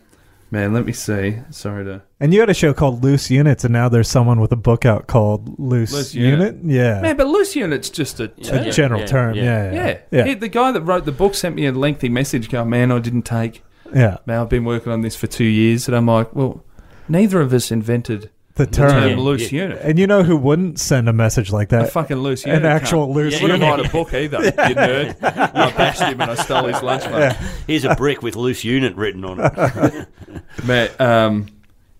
S3: man, let me see. Sorry to.
S1: And you had a show called Loose Units, and now there's someone with a book out called Loose,
S3: Loose
S1: Unit.
S3: Unit.
S1: Yeah.
S3: Man, but loose unit's just a
S1: a
S3: term.
S4: Yeah,
S1: general
S4: yeah,
S1: term.
S4: yeah.
S1: Yeah.
S3: Yeah.
S1: Yeah. Yeah.
S3: He- the guy that wrote the book sent me a lengthy message going, Man, I didn't take.
S1: Yeah.
S3: Man, I've been working on this for two years. And I'm like, Well, neither of us invented
S1: The
S3: the term
S1: term.
S4: Yeah.
S3: loose unit.
S1: And you know who wouldn't send a mage like
S3: A
S1: that?
S3: fucking loose unit.
S1: An actual
S3: cunt.
S1: loose
S4: Yeah,
S3: Wouldn't
S1: unit.
S3: write a book either,
S1: (laughs)
S3: you nerd. I bashed him and I stole his lunch money.
S4: Here's a brick with loose unit written on it.
S3: (laughs) Mate, um,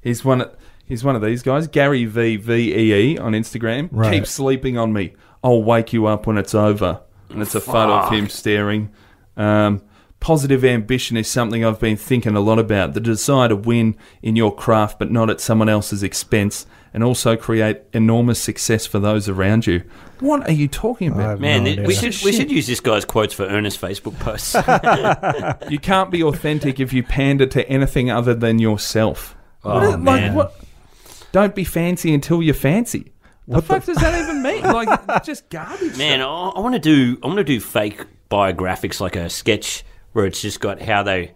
S3: he's one. Of, he's one of these guys, Gary V V E E on Instagram.
S1: Right.
S3: Keep sleeping on me. I'll wake you up when it's over. And it's a photo of him staring. Um, positive ambition is something I've been thinking a lot about. The desire to win in your craft, but not at someone else's expense, and also create enormous success for those around you. What are you talking
S1: I
S3: about?
S1: have
S4: Man,
S1: no
S4: th- we
S1: idea.
S4: should we should use this guy's quotes for Ernest
S3: (laughs)
S4: Facebook posts.
S3: You can't be authentic if you pander to anything other than yourself. What
S4: Oh,
S3: is- like,
S4: man.
S3: what- Don't be fancy until you're fancy. What the fuck does that
S1: (laughs)
S3: even mean? Like, just garbage.
S4: Man, I, I want to do I want to do fake biographics like a sketch where it's just got how they,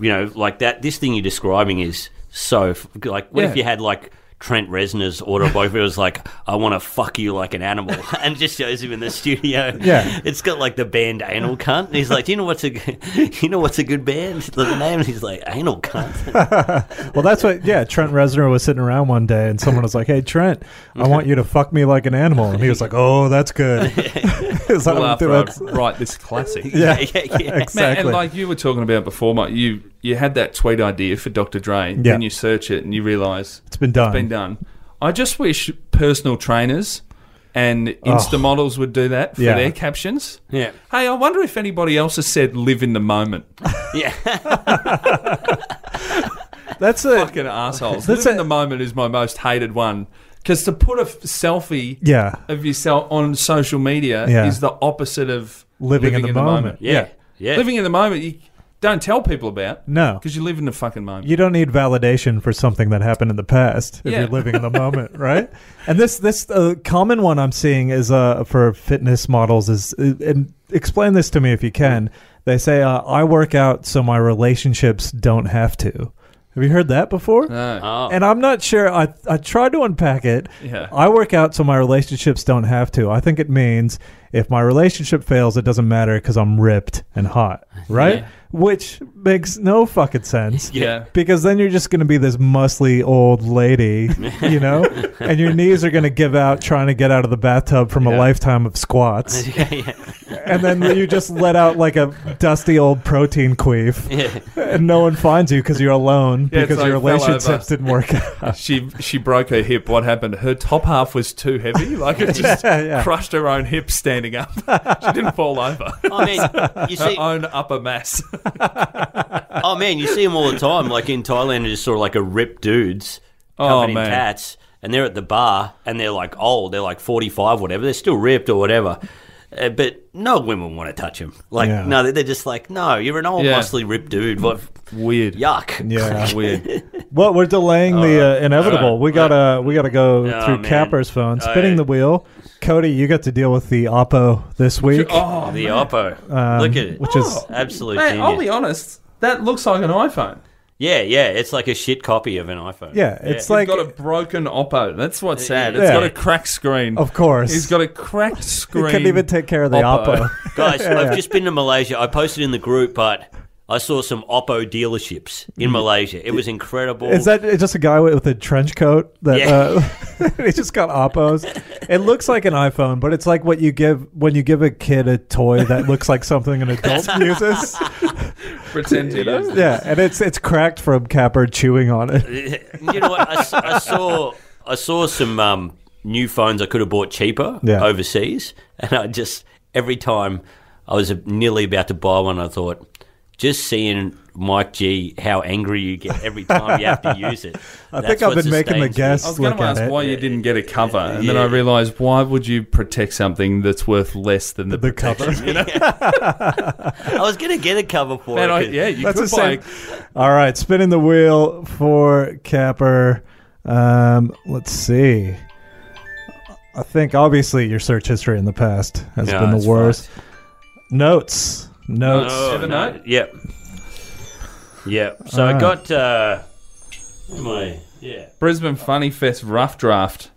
S4: you know, like that. This thing you're describing is so f- like. What if
S3: Yeah.
S4: you had like Trent Reznor's autobiography? it was like, I want to fuck you like an animal, (laughs) and it just shows him in the studio.
S1: Yeah.
S4: it's got like the band Anal Cunt. And he's like, do you know what's a g- (laughs) you know what's a good band? Look at the name. and He's like Anal Cunt. (laughs)
S1: Well, that's what. Yeah, Trent Reznor was sitting around one day, and someone was like, "Hey, Trent, I want you to fuck me like an animal," and he was like, "Oh, that's
S3: (laughs)
S1: good." (laughs) It's like,
S3: Well,
S1: dude,
S3: after I
S1: that's-
S3: write this classic.
S1: (laughs)
S3: (laughs)
S1: Yeah.
S4: yeah, yeah.
S3: Man, and
S1: exactly.
S3: like you were talking about before, Mike, you you had that tweet idea for Dr. Dre, and
S1: Yeah.
S3: then you search it and you realise
S1: it's been done.
S3: it's been done. I just wish personal trainers and Insta models would do that for
S1: Yeah.
S3: their captions.
S4: Yeah.
S3: Hey, I wonder if anybody else has said "live in the moment."
S4: yeah.
S1: That's it.
S3: Fucking assholes.
S1: That's
S3: Live in
S1: a-
S3: the moment is my most hated one because to put a f- selfie
S1: Yeah.
S3: of yourself on social media
S1: Yeah.
S3: is the opposite of
S1: Living in the moment.
S4: Yeah. Yeah.
S3: Living in the moment, you don't tell people about
S1: No,
S3: because you live in the fucking moment.
S1: you don't need validation for something that happened in the past if
S3: Yeah.
S1: you're living
S3: (laughs)
S1: in the moment, right? And this this uh, common one I'm seeing is uh, for fitness models is uh, and explain this to me if you can. They say uh, I work out so my relationships don't have to. Have you heard that before?
S3: No.
S4: Oh.
S1: And I'm not sure. I I tried to unpack it.
S3: Yeah.
S1: I work out so my relationships don't have to. I think it means if my relationship fails, it doesn't matter because I'm ripped and
S3: (laughs)
S1: hot, right?
S4: Yeah.
S1: Which makes no fucking sense.
S3: yeah.
S1: Because then you're just going to be this muscly old lady, you
S4: (laughs)
S1: know, and your knees are going to give out trying to get out of the bathtub from a
S3: Yeah.
S1: lifetime of squats.
S4: (laughs) yeah, yeah,
S1: and then you just let out like a dusty old protein queef
S4: yeah.
S1: and no one finds you because you're alone
S3: Yeah, it's
S1: because
S3: like
S1: your
S3: fell over.
S1: relationships didn't work
S4: (laughs)
S1: out.
S3: She she broke her hip. What happened? Her top half was
S1: (laughs)
S3: too heavy. Like it just
S1: Yeah, yeah.
S3: crushed her own hip
S1: (laughs)
S3: standing up. she didn't fall over.
S4: I mean, Oh, you
S3: Her (laughs)
S4: see,
S3: own upper mass.
S4: oh man, you see them all the time. Like in Thailand, I just saw like a ripped dudes
S3: Oh,
S4: covered in
S3: man.
S4: tats, and they're at the bar, and they're like old, they're like forty five, whatever. They're still ripped or whatever. Uh, but no women want to touch him. Like
S1: Yeah.
S4: no, they're- they're just like no, you're an old
S3: Yeah.
S4: muscly ripped dude. What
S3: Weird.
S4: yuck? (laughs)
S1: Yeah.
S3: Weird.
S1: Well, we're delaying the uh, inevitable. we gotta we gotta go
S4: Oh,
S1: through
S4: man.
S1: Capper's phone.
S4: Oh,
S1: Spinning
S4: yeah.
S1: the wheel. Cody, you got to deal with the Oppo this week.
S3: Oh,
S4: The oppo.
S1: um,
S4: Look at it.
S1: which is- Oh,
S4: absolute
S3: man,
S4: genius.
S3: I'll be honest. That looks like an iPhone.
S4: yeah, yeah. It's like a shit copy of an iPhone.
S1: Yeah, it's
S3: He's
S1: like
S3: got a broken Oppo. That's what's sad. It's
S1: Yeah.
S3: got a cracked screen.
S1: of course
S3: He's got a
S1: (laughs)
S3: cracked
S1: you
S3: screen.
S1: couldn't even take care of the Oppo. (laughs)
S3: Oppo.
S4: (laughs) Guys, I've just been to Malaysia. I posted in the group, but I saw some Oppo dealerships in Malaysia. It was incredible.
S1: Mm. Is that just a guy with with a trench coat that uh, (laughs) he just got Oppos? It looks like an iPhone, but it's like what you give when you give a kid a toy that looks like something an
S4: (laughs)
S1: adult uses.
S3: (laughs) pretend to use it.
S1: Yeah, and it's it's cracked from Capper chewing on it.
S4: (laughs) you know what? I, s- I saw I saw some um, new phones I could have bought cheaper
S1: Yeah.
S4: overseas, (laughs) and I just every time I was nearly about to buy one, I thought just seeing Mike G how angry you get every time you have to use it.
S1: (laughs) I think I've been making the guess.
S3: I
S4: (laughs)
S3: was going
S1: Look
S3: to
S1: at
S3: ask
S1: it.
S3: why you didn't get a cover, and then
S4: Yeah.
S3: I realised why would you protect something that's worth less than the,
S1: The
S3: protection?
S1: cover.
S4: (laughs) I was going to get a cover for
S3: Man,
S4: it.
S3: I,
S4: 'cause-
S3: yeah, you
S1: That's
S3: could
S1: the same.
S3: buy.
S1: All right, spinning the wheel for Capper. Um, let's see. I think obviously your search history in the past has
S4: Yeah,
S1: been
S4: it's
S1: the worst. Notes. Notes.
S4: Oh,
S3: Seven
S4: no.
S3: note?
S4: Yep. Yep. So I
S1: Ah.
S4: got uh, my yeah.
S3: Brisbane Funny Fest rough draft.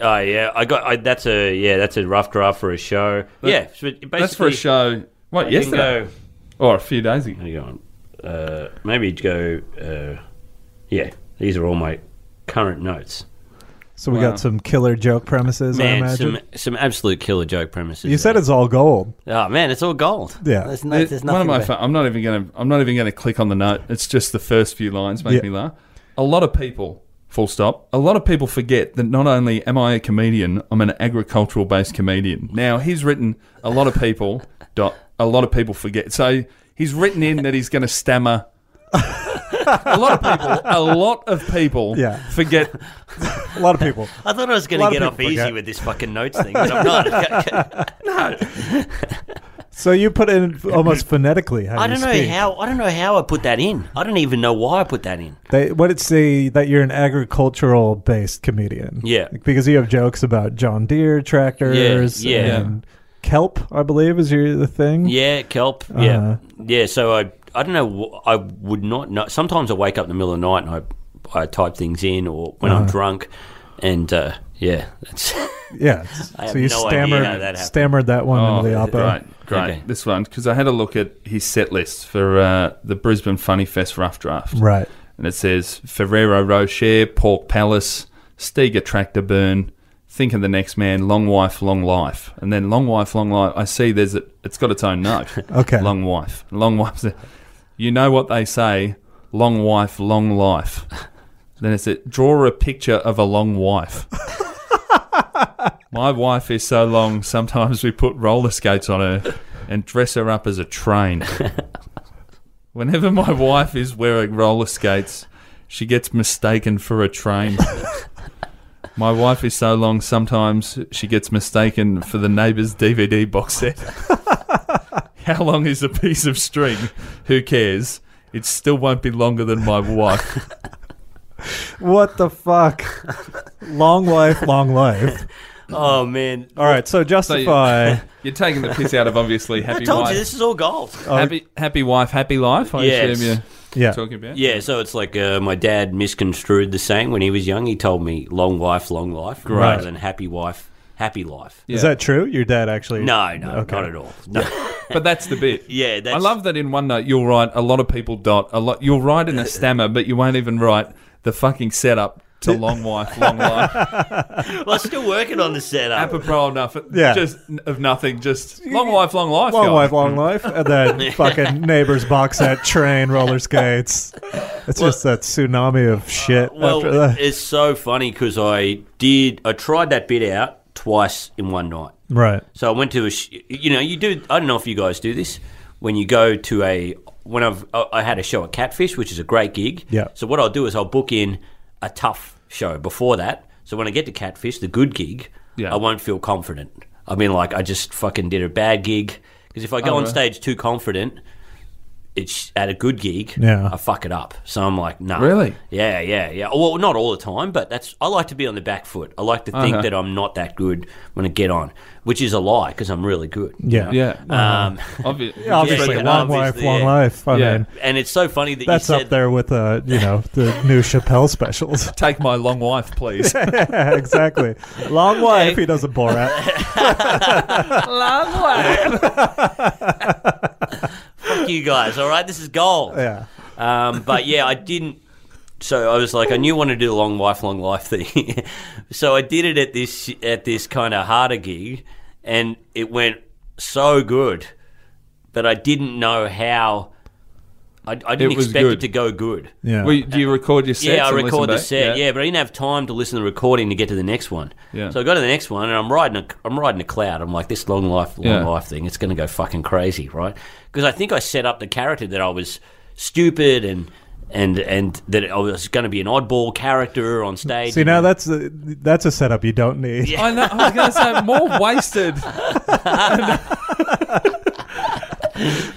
S4: Oh yeah, I got. I, that's a yeah. That's a rough draft for a show. yeah, so it basically,
S3: That's for a show. What,
S4: I can
S3: yesterday?
S4: go-
S3: Or a few days ago.
S4: Hang on. Uh, maybe you'd go. Uh, yeah, these are all my current notes.
S1: So we
S3: Wow.
S1: got some killer joke premises. I
S4: Man,
S1: imagine.
S4: some some absolute killer joke premises.
S1: you said
S4: there.
S1: it's all gold.
S4: Oh man, it's all gold.
S1: Yeah.
S4: there's, no, there's
S3: One
S4: nothing.
S3: of my,
S4: about-
S3: fa- I'm not even gonna, I'm not even gonna click on the note. It's just the first few lines make
S1: Yeah.
S3: me laugh. A lot of people, full stop. A lot of people forget that not only am I a comedian, I'm an agricultural based comedian. Now he's written a lot of people. (laughs) Dot. A lot of people forget. So he's written in that he's gonna stammer. a lot of people, a lot of people,
S1: (laughs) Yeah.
S3: forget.
S1: A lot of
S4: (laughs)
S1: people.
S4: I thought I was
S1: lot
S4: going
S1: of
S4: to get
S1: people
S4: off easy
S1: forget.
S4: with this
S1: (laughs)
S4: fucking notes thing, but I'm not.
S1: So you put in
S4: (laughs)
S1: almost phonetically how
S4: I
S1: you
S4: don't know
S1: speak.
S4: how. I don't know how I put that in. I don't even know why I put that in.
S1: They, what it's the that you're an agricultural based comedian.
S4: Yeah.
S1: Because you have jokes about John Deere tractors.
S4: Yeah, yeah.
S1: And kelp, I believe, is your the thing.
S4: Yeah, kelp. Yeah, yeah. So I, I don't know. wh- I would not know. Sometimes I wake up in the middle of the night and I, I type things in, or when I'm drunk, and uh, yeah, that's (laughs)
S1: Yeah. so
S4: I have
S1: you
S4: no idea
S1: stammered
S4: how that happened.
S1: stammered that one
S3: Oh,
S1: into the oppo.
S3: great, great.
S4: Okay.
S3: This one because I had a look at his set list for uh, the Brisbane Funny Fest rough draft.
S1: Right.
S3: and it says Ferrero Rocher, Pork Palace, Steger Tractor Burn, Think of the Next Man, Long Wife, Long Life. And then Long Wife, Long Life, I see there's a, it's got its own note.
S1: Okay.
S3: Long Wife. Long Wife. You know what they say, Long Wife, Long Life. Then it's it, draw a picture of a long wife. My wife is so long, sometimes we put roller skates on her and dress her up as a train. Whenever my (laughs) wife is wearing roller skates, she gets mistaken for a train. my wife is so long, sometimes she gets mistaken for the neighbour's DVD box (laughs) set. How long is a piece of string? Who cares? It still won't be longer than my wife.
S1: What the fuck? (laughs) long life, long
S4: (laughs)
S1: life.
S4: oh man.
S1: All right, so justify.
S3: You're taking the piss out of obviously
S4: (laughs) I
S3: happy
S4: told
S3: wife.
S4: you this is all gold.
S3: happy, happy wife, happy life. I
S4: Yes.
S3: assume you're
S1: yeah.
S3: talking about.
S4: Yeah, so it's like uh, my dad misconstrued the saying when he was young. He told me "long wife, long life" rather than "happy wife, happy life."
S1: Is that true? Your dad actually?
S4: No, no,
S1: Okay.
S4: not at all. No.
S3: But that's the bit.
S4: Yeah, that's-
S3: I love that in one note you'll write a lot of people dot a lot. You'll write
S4: (laughs)
S3: in a stammer, but you won't even write the fucking setup to long wife, long life.
S4: (laughs) (laughs) well, I'm still working on the setup.
S3: Apropos enough,
S1: Yeah.
S3: just n- of nothing. Just long wife, long life.
S1: Long
S3: guy.
S1: life, long life, and
S4: (laughs)
S1: then fucking neighbors box at train roller skates. It's just that tsunami of shit. after
S4: uh, Well,
S1: that.
S4: it's so funny because I did. I tried that bit out twice in one night.
S1: right.
S4: So I went to a, sh- you know, you do. I don't know if you guys do this when you go to a. When I've I I had a show at Catfish, which is a great gig.
S1: Yeah.
S4: So what I'll do is I'll book in a tough show before that. So when I get to Catfish, the good gig,
S3: Yeah.
S4: I won't feel confident. I mean, like I just fucking did a bad gig because if I go on
S3: right.
S4: stage too confident, it's at a good gig.
S1: Yeah.
S4: I fuck it up. So I'm like, nah.
S3: Really?
S4: Yeah, yeah, yeah. Well, not all the time, but that's. I like to be on the back foot. I like to think
S3: Uh-huh.
S4: that I'm not that good when I get on, which is a lie because I'm really good.
S1: Yeah.
S3: Yeah.
S4: Um,
S3: Obvi-
S1: (laughs) Yeah, Obviously,
S4: yeah,
S1: long life,
S4: obviously,
S1: long
S4: yeah.
S1: life. I
S3: Yeah.
S1: mean,
S4: and it's so funny that
S1: that's
S4: you said
S1: up there with uh, you know, the
S4: (laughs)
S1: new Chappelle specials. (laughs)
S3: Take my long wife, please.
S1: yeah, exactly. Long life. He does a
S4: (laughs)
S1: Borat.
S4: Fuck you guys. All right, this is gold.
S1: Yeah.
S4: Um, but yeah, I didn't. So I was like, I knew I wanted to do the long wife, long life thing. (laughs) so I did it at this at this kind of harder gig, and it went so good, but I didn't know how. I, I didn't
S3: It was
S4: expect
S3: good.
S4: it to go good.
S1: Yeah.
S3: Well, do you record your sets?
S4: Yeah, I
S3: and listen
S4: record the
S3: back?
S4: set. Yeah. but I didn't have time to listen to the recording to get to the next one.
S3: Yeah.
S4: So I go to the next one, and I'm riding a, I'm riding a cloud. I'm like, this long life, long
S3: Yeah.
S4: life thing, it's going to go fucking crazy, right? Because I think I set up the character that I was stupid and and and that I was going to be an oddball character on stage.
S1: See, now that's a, that's a setup you don't need.
S3: I
S4: (laughs)
S3: know. I was going to say more wasted.
S1: uh,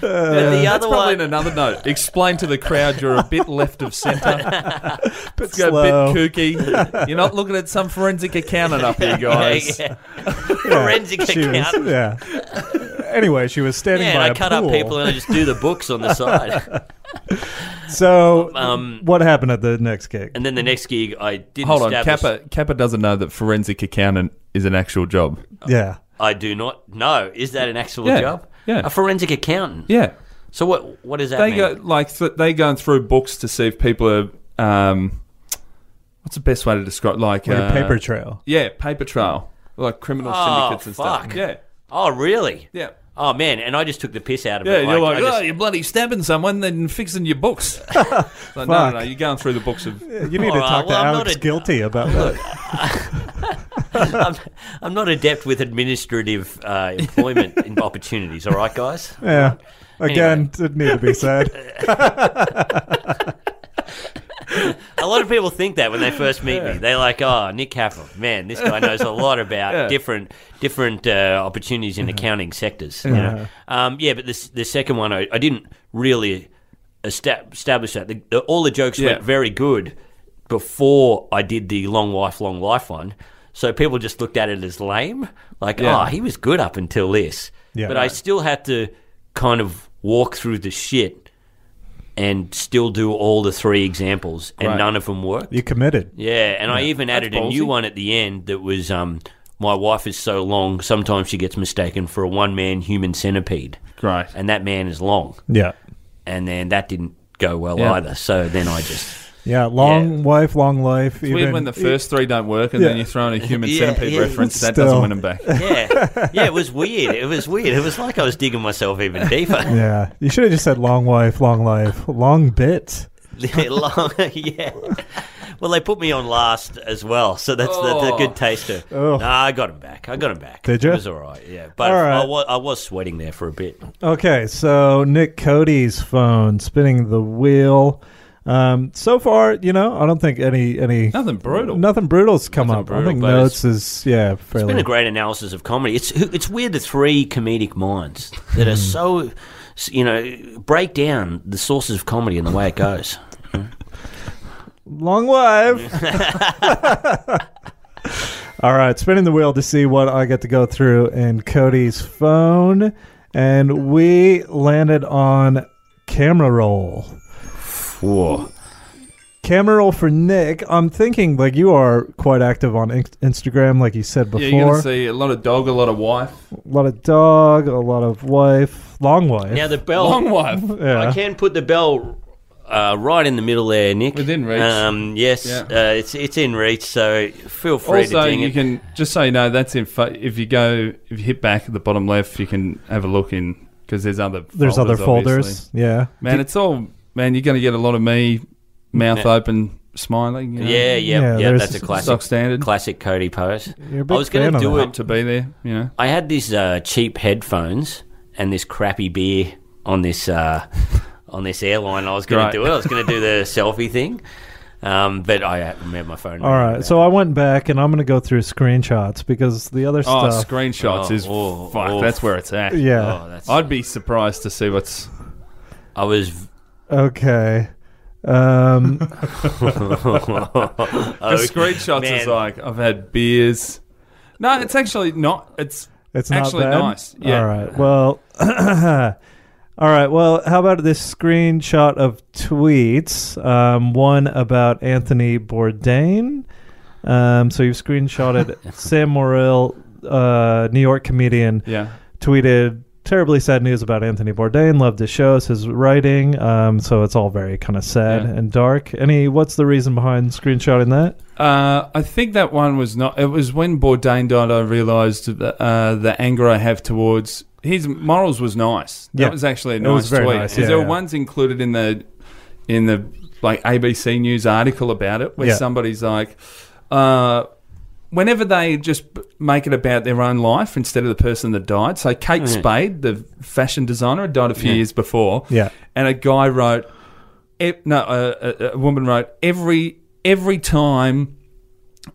S4: But the
S3: That's
S4: other
S3: probably
S4: one,
S3: in another note. Explain to the crowd you're a bit left of
S4: (laughs)
S3: centre.
S1: Bit
S3: Go
S1: slow.
S3: a bit kooky. You're not looking at some forensic accountant up here, guys.
S4: (laughs) Yeah,
S1: (laughs) (laughs)
S4: (laughs)
S1: Yeah,
S4: forensic
S1: she was- (laughs)
S4: accountant.
S1: yeah.
S4: (laughs)
S1: Anyway, she was standing
S4: yeah, and
S1: by
S4: I
S1: a
S4: cut
S1: pool.
S4: up people and I just do the books on
S1: (laughs)
S4: the side.
S1: So,
S4: Um,
S1: what happened at the next gig?
S4: and then the next gig, I did
S3: Hold on,
S4: establish-
S3: Kappa. Kappa doesn't know that forensic accountant is an actual job.
S4: uh,
S1: yeah.
S4: I do not know. Is that an actual
S3: Yeah,
S4: job?
S3: yeah.
S4: A forensic accountant.
S3: Yeah,
S4: So what? What does that
S3: they
S4: mean?
S3: go like th- they going through books to see if people are. Um, what's the best way to describe? Like
S1: Like
S3: uh,
S1: a paper trail.
S3: Yeah, paper trail, like criminal
S4: Oh,
S3: syndicates and
S4: fuck.
S3: stuff. Yeah,
S4: oh, really?
S3: yeah.
S4: Oh man, and I just took the piss out of
S3: Yeah,
S4: it.
S3: you're like,
S4: I
S3: oh,
S4: just-
S3: you're bloody stabbing someone, then fixing
S1: (laughs)
S3: your books. It's like, no, no, no,
S1: Fuck.
S3: you're going through the books of.
S1: You need to
S4: Alright,
S1: talk
S4: well,
S1: to
S4: I'm
S1: Alex
S4: not a-
S1: Guilty
S4: (laughs)
S1: about that.
S4: (laughs) I'm, I'm not adept with administrative uh, employment
S3: (laughs)
S4: in- opportunities. All right, guys.
S1: Yeah. Again,
S4: Anyway.
S1: didn't need to be said.
S4: (laughs) A lot of people think that when they first meet me, they're like, "Oh, Nick Kaplan, man, this guy knows a lot about
S3: Yeah. Mm-hmm.
S4: different different uh, opportunities in accounting sectors." You
S3: Uh-huh.
S4: know, um, yeah. But this the second one, I, I didn't really esta- establish that. The, the, all the jokes
S3: Yeah.
S4: went very good before I did the long wife, long life one. So people just looked at it as lame, like,
S3: Yeah.
S4: "Oh, he was good up until this,"
S1: Yeah.
S4: but I still had to kind of walk through the shit. And still do all the three examples, and
S3: Right.
S4: none of them worked.
S1: You committed.
S4: Yeah, and I even added a new
S3: ballsy.
S4: one at the end that was um, my wife is so long, sometimes she gets mistaken for a one man human centipede.
S3: Great.
S4: And that man is long.
S1: Yeah.
S4: And then that didn't go well
S3: Yeah.
S4: either. So then I
S3: (laughs)
S4: just.
S1: Yeah. Long
S4: Yeah.
S1: wife, long life. Even
S3: Weird when the first three don't work, and
S1: Yeah.
S3: then you throw in a human
S4: Yeah,
S3: centipede
S4: yeah.
S3: reference. That
S1: Still.
S3: doesn't win
S1: (laughs)
S3: them back.
S4: Yeah. Yeah, it was weird. It was weird. It was like I was digging myself even deeper.
S1: e-, Yeah. You should have just said long wife, long life, long bit. (laughs)
S4: Long- yeah. Well, they put me on last as well. So that's the, the
S3: Oh.
S4: good taster.
S1: Oh.
S4: Nah, I got him back. I got him back.
S1: Did ya?
S4: It was all right. Yeah. But
S1: All right.
S4: I, was, I was sweating there for a bit.
S1: Okay, so Nick Cody's phone spinning the wheel. Um, so far, you know, I don't think any any
S3: Nothing brutal.
S1: nothing brutal's come
S3: Nothing
S1: up. I
S3: brutal,
S1: think
S3: but
S1: notes is yeah
S4: It's
S1: fairly.
S4: been a great analysis of comedy. It's it's weird the three comedic minds that are
S1: Hmm.
S4: so you know break down the sources of comedy and the way it goes.
S1: Long live. All right, spinning the wheel to see what I get to go through in Cody's phone, and we landed on camera roll.
S4: Whoa.
S1: Camera roll for Nick. I'm thinking like you are quite active on in- Instagram, like you said before.
S3: Yeah, you're gonna see a lot of dog, a lot of wife,
S1: A lot of dog, a lot of wife, long wife.
S4: Now the bell.
S3: (laughs) long wife.
S1: yeah.
S4: I can put the bell uh, right in the middle there, Nick.
S3: Within reach.
S4: Um, yes,
S3: Yeah.
S4: uh, it's it's in reach. So feel free
S3: Also,
S4: to ding
S3: you
S4: it.
S3: can just so you know that's in. Fa- if you go, if you hit back at the bottom left, you can have a look in because there's other.
S1: There's other folders.
S3: obviously.
S1: Yeah.
S3: Man, it's all man. You're gonna get a lot of me, mouth
S4: Yeah.
S3: open, smiling. You know,
S4: yeah, yeah,
S1: Yeah,
S4: yeah.
S1: there's-
S4: that's a classic
S3: stock standard.
S4: classic Cody pose.
S1: You're a
S4: I
S1: big
S4: was going
S1: fan
S4: to
S1: of
S4: do
S1: that.
S4: it.
S3: Up to be there. You know,
S4: I had these uh, cheap headphones and this crappy beer on this uh, on this airline. I was going
S3: Right.
S4: to do it. I was going to do
S1: (laughs)
S4: the selfie thing, um, but I haven't had my phone.
S1: All right. So I went back and I'm going to go through screenshots because the other
S3: oh,
S1: stuff.
S3: screenshots
S4: Oh,
S3: is
S4: oh,
S3: fuck.
S4: oh.
S3: That's where it's at.
S1: yeah.
S4: oh, that's,
S3: I'd be surprised to see what's.
S1: (laughs)
S4: I was. (laughs)
S1: Okay.
S3: (laughs)
S1: Um,
S3: The
S4: oh,
S3: screenshots is
S4: man.
S3: like I've had beers. No, it's actually not. It's
S1: it's not
S3: Actually
S1: bad.
S3: nice, yeah.
S1: All right. Well. (clears throat) All right. Well, how about this screenshot of tweets? Um, one about Anthony Bourdain. Um, so you've
S3: (laughs)
S1: screenshotted Sam Morrill, uh, New York comedian,
S3: yeah.
S1: tweeted terribly sad news about Anthony Bourdain. Loved his shows, his writing. Um, so it's all very kind of sad
S3: Yeah.
S1: and dark. Any? What's the reason behind screenshotting that?
S3: Uh, I think that one was not. It was when Bourdain died. I realised uh, the anger I have towards his morals was nice. That
S1: Yeah.
S3: was actually a
S1: It
S3: nice
S1: was very
S3: tweet.
S1: nice,
S3: 'Cause
S1: yeah,
S3: there were
S1: yeah.
S3: ones included in the in the like ABC News article about it, where
S1: Yeah.
S3: somebody's like, uh, whenever they just b- make it about their own life instead of the person that died. So Kate
S1: Mm.
S3: Spade, the fashion designer, had died a few years before.
S1: Yeah.
S3: and a guy wrote. E- no, a, a, a woman wrote every every time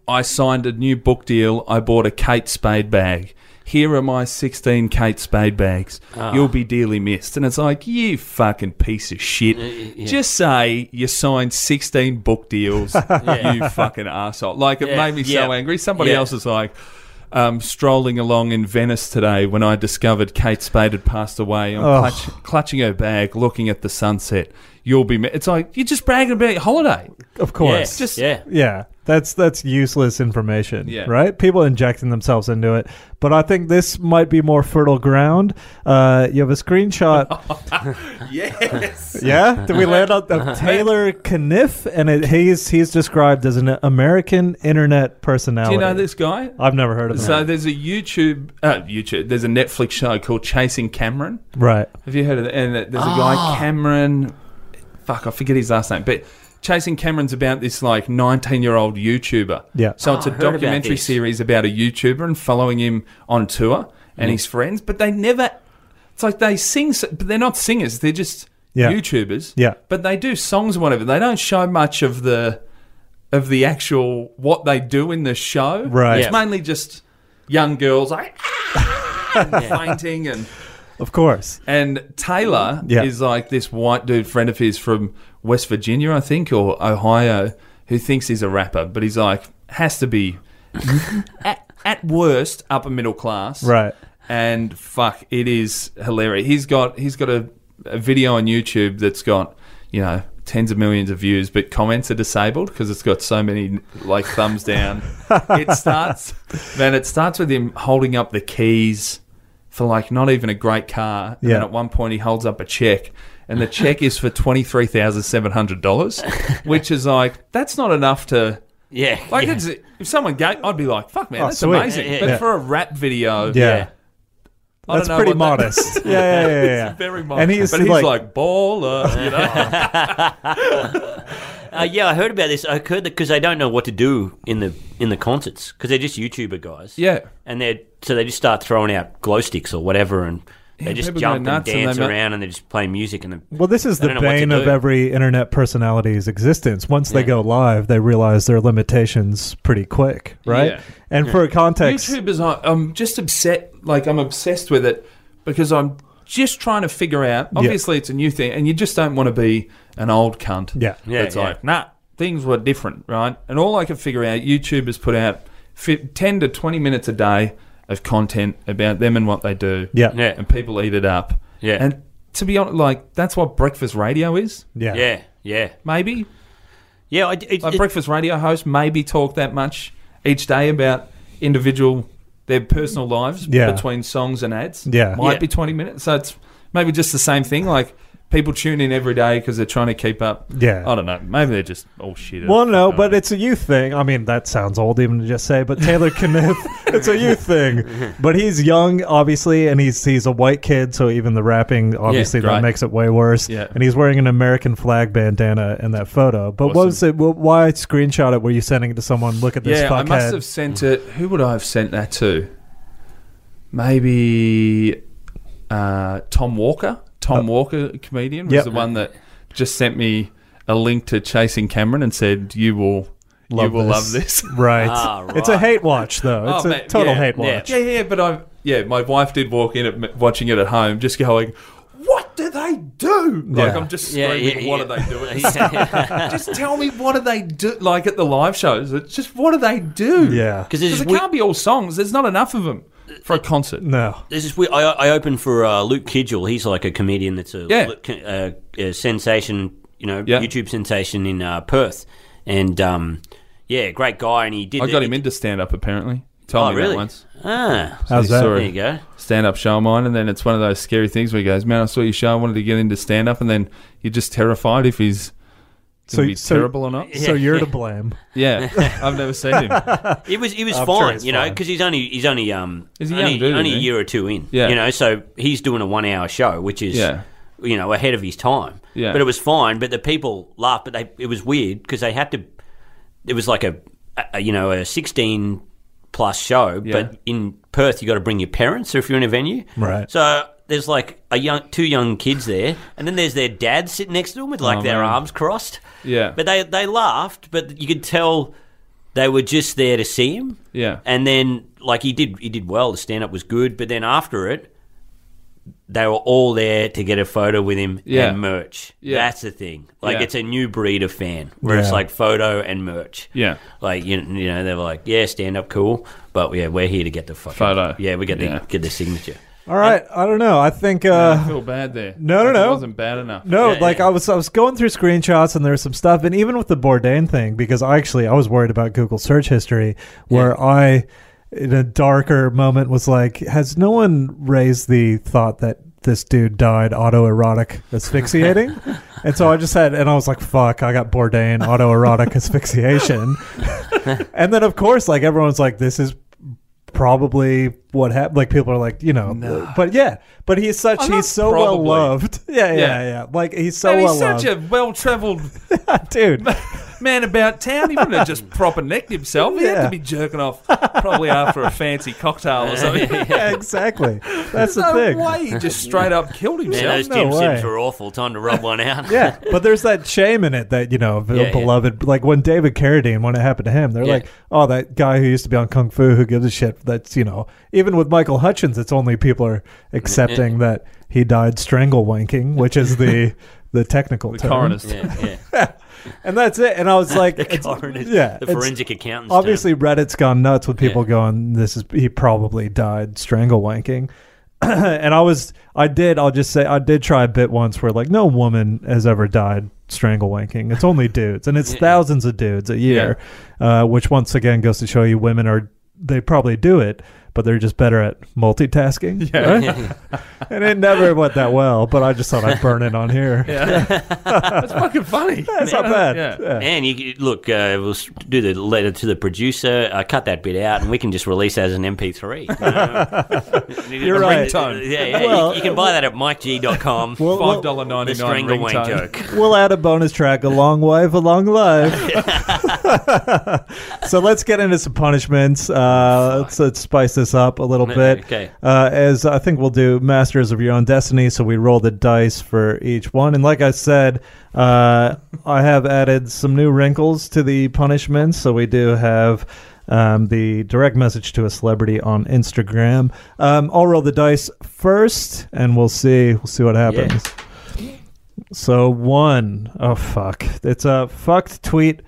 S3: I signed a new book deal, I bought a Kate Spade bag. here are my 16 Kate Spade bags.
S4: Ah.
S3: You'll be dearly missed. And it's like, you fucking piece of shit.
S4: yeah.
S3: Just say you signed 16 book
S4: (laughs)
S3: deals, you fucking asshole. Like, it
S4: Yeah,
S3: made me so
S4: yeah.
S3: angry. Somebody
S4: Yeah.
S3: else is like, um, strolling along in Venice today when I discovered Kate Spade had passed away. I'm
S1: Oh.
S3: clutch, clutching her bag, looking at the sunset. You'll be. Ma- it's like you're just bragging about your holiday.
S1: Of course.
S4: Yeah,
S3: Just-
S4: yeah.
S1: Yeah, that's that's useless information,
S3: Yeah.
S1: right? People injecting themselves into it, but I think this might be more fertile ground. Uh, you have a
S3: (laughs)
S1: screenshot,
S3: Yes.
S1: yeah? Did we land on
S3: (laughs)
S1: of Taylor Kniff? And it, he's he's described as an American internet
S3: Do
S1: personality.
S3: you know this guy?
S1: I've never heard of him.
S3: So there's a YouTube, uh, YouTube. There's a Netflix show called Chasing Cameron.
S1: right?
S3: Have you heard of that? And there's a guy Cameron. Fuck, I forget his last name, but Chasing Cameron's about this like 19 year old YouTuber.
S1: Yeah.
S3: So it's a
S4: Oh, I heard about
S3: documentary
S4: this.
S3: series about a YouTuber and following him on tour and
S4: Mm-hmm.
S3: his friends, but they never. It's like they sing, s- but they're not singers. They're just
S1: Yeah.
S3: YouTubers.
S1: Yeah.
S3: But they do songs and whatever. They don't show much of the of the actual what they do in the show.
S1: Right.
S3: It's
S4: Yeah.
S3: mainly just young girls
S4: (laughs)
S3: like "Ah," and fainting and
S1: Of course.
S3: and Taylor
S1: Yeah.
S3: is like this white dude friend of his from West Virginia, I think, or Ohio, who thinks he's a rapper, but he's like has to
S1: (laughs)
S3: be at, at worst upper middle class,
S1: Right.
S3: And fuck, it is hilarious. He's got he's got a, a video on YouTube that's got you know tens of millions of views, but comments are disabled because it's got so many like thumbs down. it starts, man. It starts with him holding up the keys for like not even a great car. And then
S1: Yeah.
S3: at one point he holds up a check and the check is for twenty three thousand seven hundred dollars, which is like that's not enough to
S4: Yeah.
S3: (laughs) like
S4: yeah.
S3: it's, if someone gave I'd be like, fuck man,
S1: Oh,
S3: that's
S1: sweet.
S3: amazing.
S4: Yeah, yeah,
S3: but
S1: yeah.
S3: for a rap video,
S1: Yeah.
S4: Yeah.
S3: I don't
S1: That's
S3: know
S1: pretty
S3: what that-
S1: modest.
S3: (laughs)
S1: yeah, yeah, yeah, yeah.
S3: it's very modest.
S1: And he's
S3: but he's
S1: like- (laughs)
S3: like, baller, you know.
S4: Uh, yeah, I heard about this. I heard that because they don't know what to do in the in the concerts because they're just YouTuber guys.
S3: yeah.
S4: and they so they just start throwing out glow sticks or whatever, and they
S3: Yeah,
S4: just
S3: people go
S4: jump and
S3: nuts and
S4: dance
S3: they ma-
S4: around, and they just play music and. They,
S1: Well, this is
S4: They
S1: the
S4: don't know what to
S1: bane of
S4: do.
S1: every internet personality's existence. Once they
S4: Yeah.
S1: go live, they realize their limitations pretty quick, right?
S3: Yeah.
S1: And for context,
S3: YouTubers, I, I'm just upset. Like I'm obsessed with it because I'm just trying to figure out. Obviously, it's a new thing, and you just don't want to be an old cunt.
S1: Yeah.
S4: Yeah,
S3: that's
S4: yeah.
S3: like nah. Things were different, right? And all I could figure out, YouTubers put out fi- ten to twenty minutes a day of content about them and what they do.
S1: yeah,
S4: Yeah.
S3: and people eat it up.
S4: Yeah.
S3: and to be honest, like that's what breakfast radio is.
S1: yeah,
S4: yeah, yeah,
S3: Maybe
S4: yeah. I, it,
S3: like
S4: it-
S3: breakfast radio hosts maybe talk that much each day about individual their personal lives
S1: Yeah.
S3: between songs and ads.
S1: Yeah.
S3: might
S4: Yeah.
S3: be twenty minutes. So it's maybe just the same thing. Like people tune in every day because they're trying to keep up.
S1: Yeah.
S3: I don't know. Uh, Maybe they're just all shit.
S1: Well, no, but it's a youth thing. I mean, that sounds old even to just say, but Taylor
S3: (laughs)
S1: Kniff, (laughs) it's a youth thing. But he's young, obviously, and he's he's a white kid, so even the rapping, obviously, that
S3: right.
S1: makes it way worse.
S3: Yeah.
S1: And he's wearing an American flag bandana in that photo. But what
S3: Awesome.
S1: was it? wh- Why screenshot it? Were you sending it to someone? Look at this
S3: yeah,
S1: fuckhead.
S3: I must have sent it. Who would I have sent that to? Maybe uh, Tom Walker. Tom Walker, comedian, was
S1: Yep.
S3: the one that just sent me a link to Chasing Cameron and said, "You will, you will love this."
S1: Right.
S4: Ah,
S1: (laughs) It's a
S4: right.
S1: hate watch, though. It's
S3: (laughs) Oh,
S1: a
S3: mate,
S1: total
S3: yeah,
S1: hate
S4: yeah.
S1: watch.
S3: Yeah, yeah, but I, yeah, my wife did walk in at, watching it at home, just going, "What do they do?" Like
S1: Yeah.
S3: I'm just
S4: Yeah,
S3: screaming,
S4: yeah,
S3: "What
S4: yeah.
S3: are they doing?"
S4: (laughs) yeah.
S3: just tell me what do they do? Like at the live shows, it's just what do they do?
S1: Yeah.
S3: Because
S4: Because there's,
S3: it
S4: we-
S3: can't be all songs. There's not enough of them for a concert.
S1: No.
S4: there's this. We, I, I opened for uh, Luke Kidgel. He's like a comedian that's a,
S3: Yeah.
S4: a, a sensation, you know,
S3: Yeah.
S4: YouTube sensation in uh, Perth, and um, yeah, great guy. And he did.
S3: I got him
S4: it-
S3: into stand up apparently. Told
S4: Oh,
S3: me
S4: really?
S3: that once.
S4: Ah,
S1: How's
S3: He
S1: that?
S3: saw
S4: there
S3: a
S4: you go.
S3: Stand up show of mine, and then it's one of those scary things where he goes, "Man, I saw your show. I wanted to get into stand up," and then you're just terrified if he's
S1: So-
S3: going to be
S1: so-
S3: terrible
S4: (laughs)
S3: or not.
S1: So you're
S3: (laughs)
S1: to blame.
S3: Yeah, I've never
S1: (laughs)
S3: seen him.
S4: It was it was
S1: I'm sure
S4: fine,
S1: it's
S4: you know,
S1: fine.
S4: because he's only he's only um
S3: He's a young
S4: only,
S3: dude,
S4: only a
S3: isn't he?
S4: year or two in,
S3: Yeah.
S4: you know. So he's doing a one hour show, which is
S3: Yeah.
S4: you know ahead of his time.
S3: Yeah.
S4: But it was fine. But the people laughed, but they it was weird because they had to. It was like a, a you know a sixteen plus show,
S3: Yeah.
S4: but in Perth you got to bring your parents if you're in a venue,
S1: Right.
S4: So. There's like a young, two young kids there, and then there's their dad sitting next to them with like
S3: Oh,
S4: their
S3: man.
S4: arms crossed.
S3: Yeah.
S4: but they they laughed, but you could tell They were just there to see him.
S3: Yeah.
S4: And then, like he did, he did well. The stand up was good, but then after it, they were all there to get a photo with him
S3: Yeah.
S4: and merch.
S3: Yeah.
S4: That's the thing. Like
S3: Yeah.
S4: it's a new breed of fan where it's
S1: Yeah.
S4: like photo and merch.
S3: Yeah.
S4: Like you, you know, they were like, yeah, stand up, cool, but yeah, we're here to get the fucking
S3: Photo.
S4: Yeah, we get
S3: Yeah.
S4: the get the signature.
S1: All right, I don't know. I think
S3: I
S1: uh,
S3: feel bad there.
S1: no, no,
S3: Like, It
S1: no.
S3: wasn't bad enough.
S1: no,
S4: Yeah,
S1: like
S4: yeah.
S1: I was I was going through screenshots and there's some stuff, and even with the Bourdain thing, because I actually I was worried about Google search history, where I in a darker moment was like, has no one raised the thought that this dude died autoerotic
S4: (laughs)
S1: asphyxiating? and so I just had, and I was like, fuck, I got Bourdain autoerotic
S4: (laughs)
S1: asphyxiation. and then of course, like everyone's like, this is probably what happened. Like people are like, you know, but yeah, but he's such,
S3: Oh, not
S1: he's so
S3: probably.
S1: well loved. (laughs) Yeah, yeah, yeah,
S3: Yeah.
S1: Like he's so
S3: Man, he's
S1: well
S3: such
S1: loved,
S3: a well-travelled
S1: (laughs)
S4: (laughs)
S1: dude. (laughs)
S3: man about town. He wouldn't have (laughs) just proper necked himself. He had
S1: Yeah.
S3: to be jerking off probably after a fancy cocktail or (laughs) something.
S1: yeah, exactly.
S4: (laughs)
S1: That's the
S3: no
S1: thing.
S3: way he just straight up killed
S4: Man,
S3: himself.
S4: those
S1: no
S4: Tim
S1: way.
S4: Sims were awful. Time to rub one out.
S1: (laughs) (laughs) Yeah, but there's that shame in it that you know, of
S4: Yeah, yeah.
S1: beloved. Like when David Carradine, when it happened to him, they're
S4: Yeah.
S1: like, "Oh, that guy who used to be on Kung Fu, who gives a shit." That's you know, even with Michael Hutchins, it's only people are accepting
S4: Mm-hmm.
S1: that he died strangle wanking, which is
S4: (laughs)
S1: the the technical
S3: the
S1: term.
S3: coroner's
S4: (laughs) yeah, yeah.
S1: and that's it. And I was like,
S4: (laughs) The
S1: it's-
S4: coroner's,
S1: yeah,
S4: the
S1: it's-
S4: forensic accountant's (laughs)
S1: Obviously, Reddit's gone nuts with people
S4: Yeah.
S1: going, "This is he probably died strangle wanking." (clears throat) and I was, I did, I'll just say, I did try a bit once where like no woman has ever died strangle wanking. It's only dudes, and it's
S4: Yeah.
S1: thousands of dudes a year, uh, which once again goes to show you women are they probably do it, but they're just better at multitasking.
S3: Yeah.
S1: right?
S3: (laughs)
S1: and it never went that well. But I just thought I'd burn it on here.
S3: (laughs) Yeah. That's fucking (laughs) funny.
S1: That's not bad.
S3: Yeah.
S1: Yeah.
S4: And you- you look, uh, we'll s- do the letter to the producer, uh, cut that bit out, and we can just release that as an MP3. (laughs) You
S1: You're right.
S4: Yeah, yeah.
S1: Well,
S4: you, you can buy that at mikeg.com.
S1: Well,
S3: Five dollar ninety
S4: the
S3: nine
S4: Strangle Wayne
S3: ringtone.
S4: joke.
S1: (laughs) We'll add a bonus track, A Long Wife, A Long Life. so let's get into some punishments. Uh, let's, let's spice this up a little bit.
S4: Okay.
S1: Uh, as I think we'll do Masters of Your Own Destiny. So we roll the dice for each one. And like I said, uh, I have added some new wrinkles to the punishments. So we do have. Um, the direct message to a celebrity on Instagram. Um, I'll roll the dice first, and we'll see. We'll see what happens. So one, oh fuck. It's a fucked tweet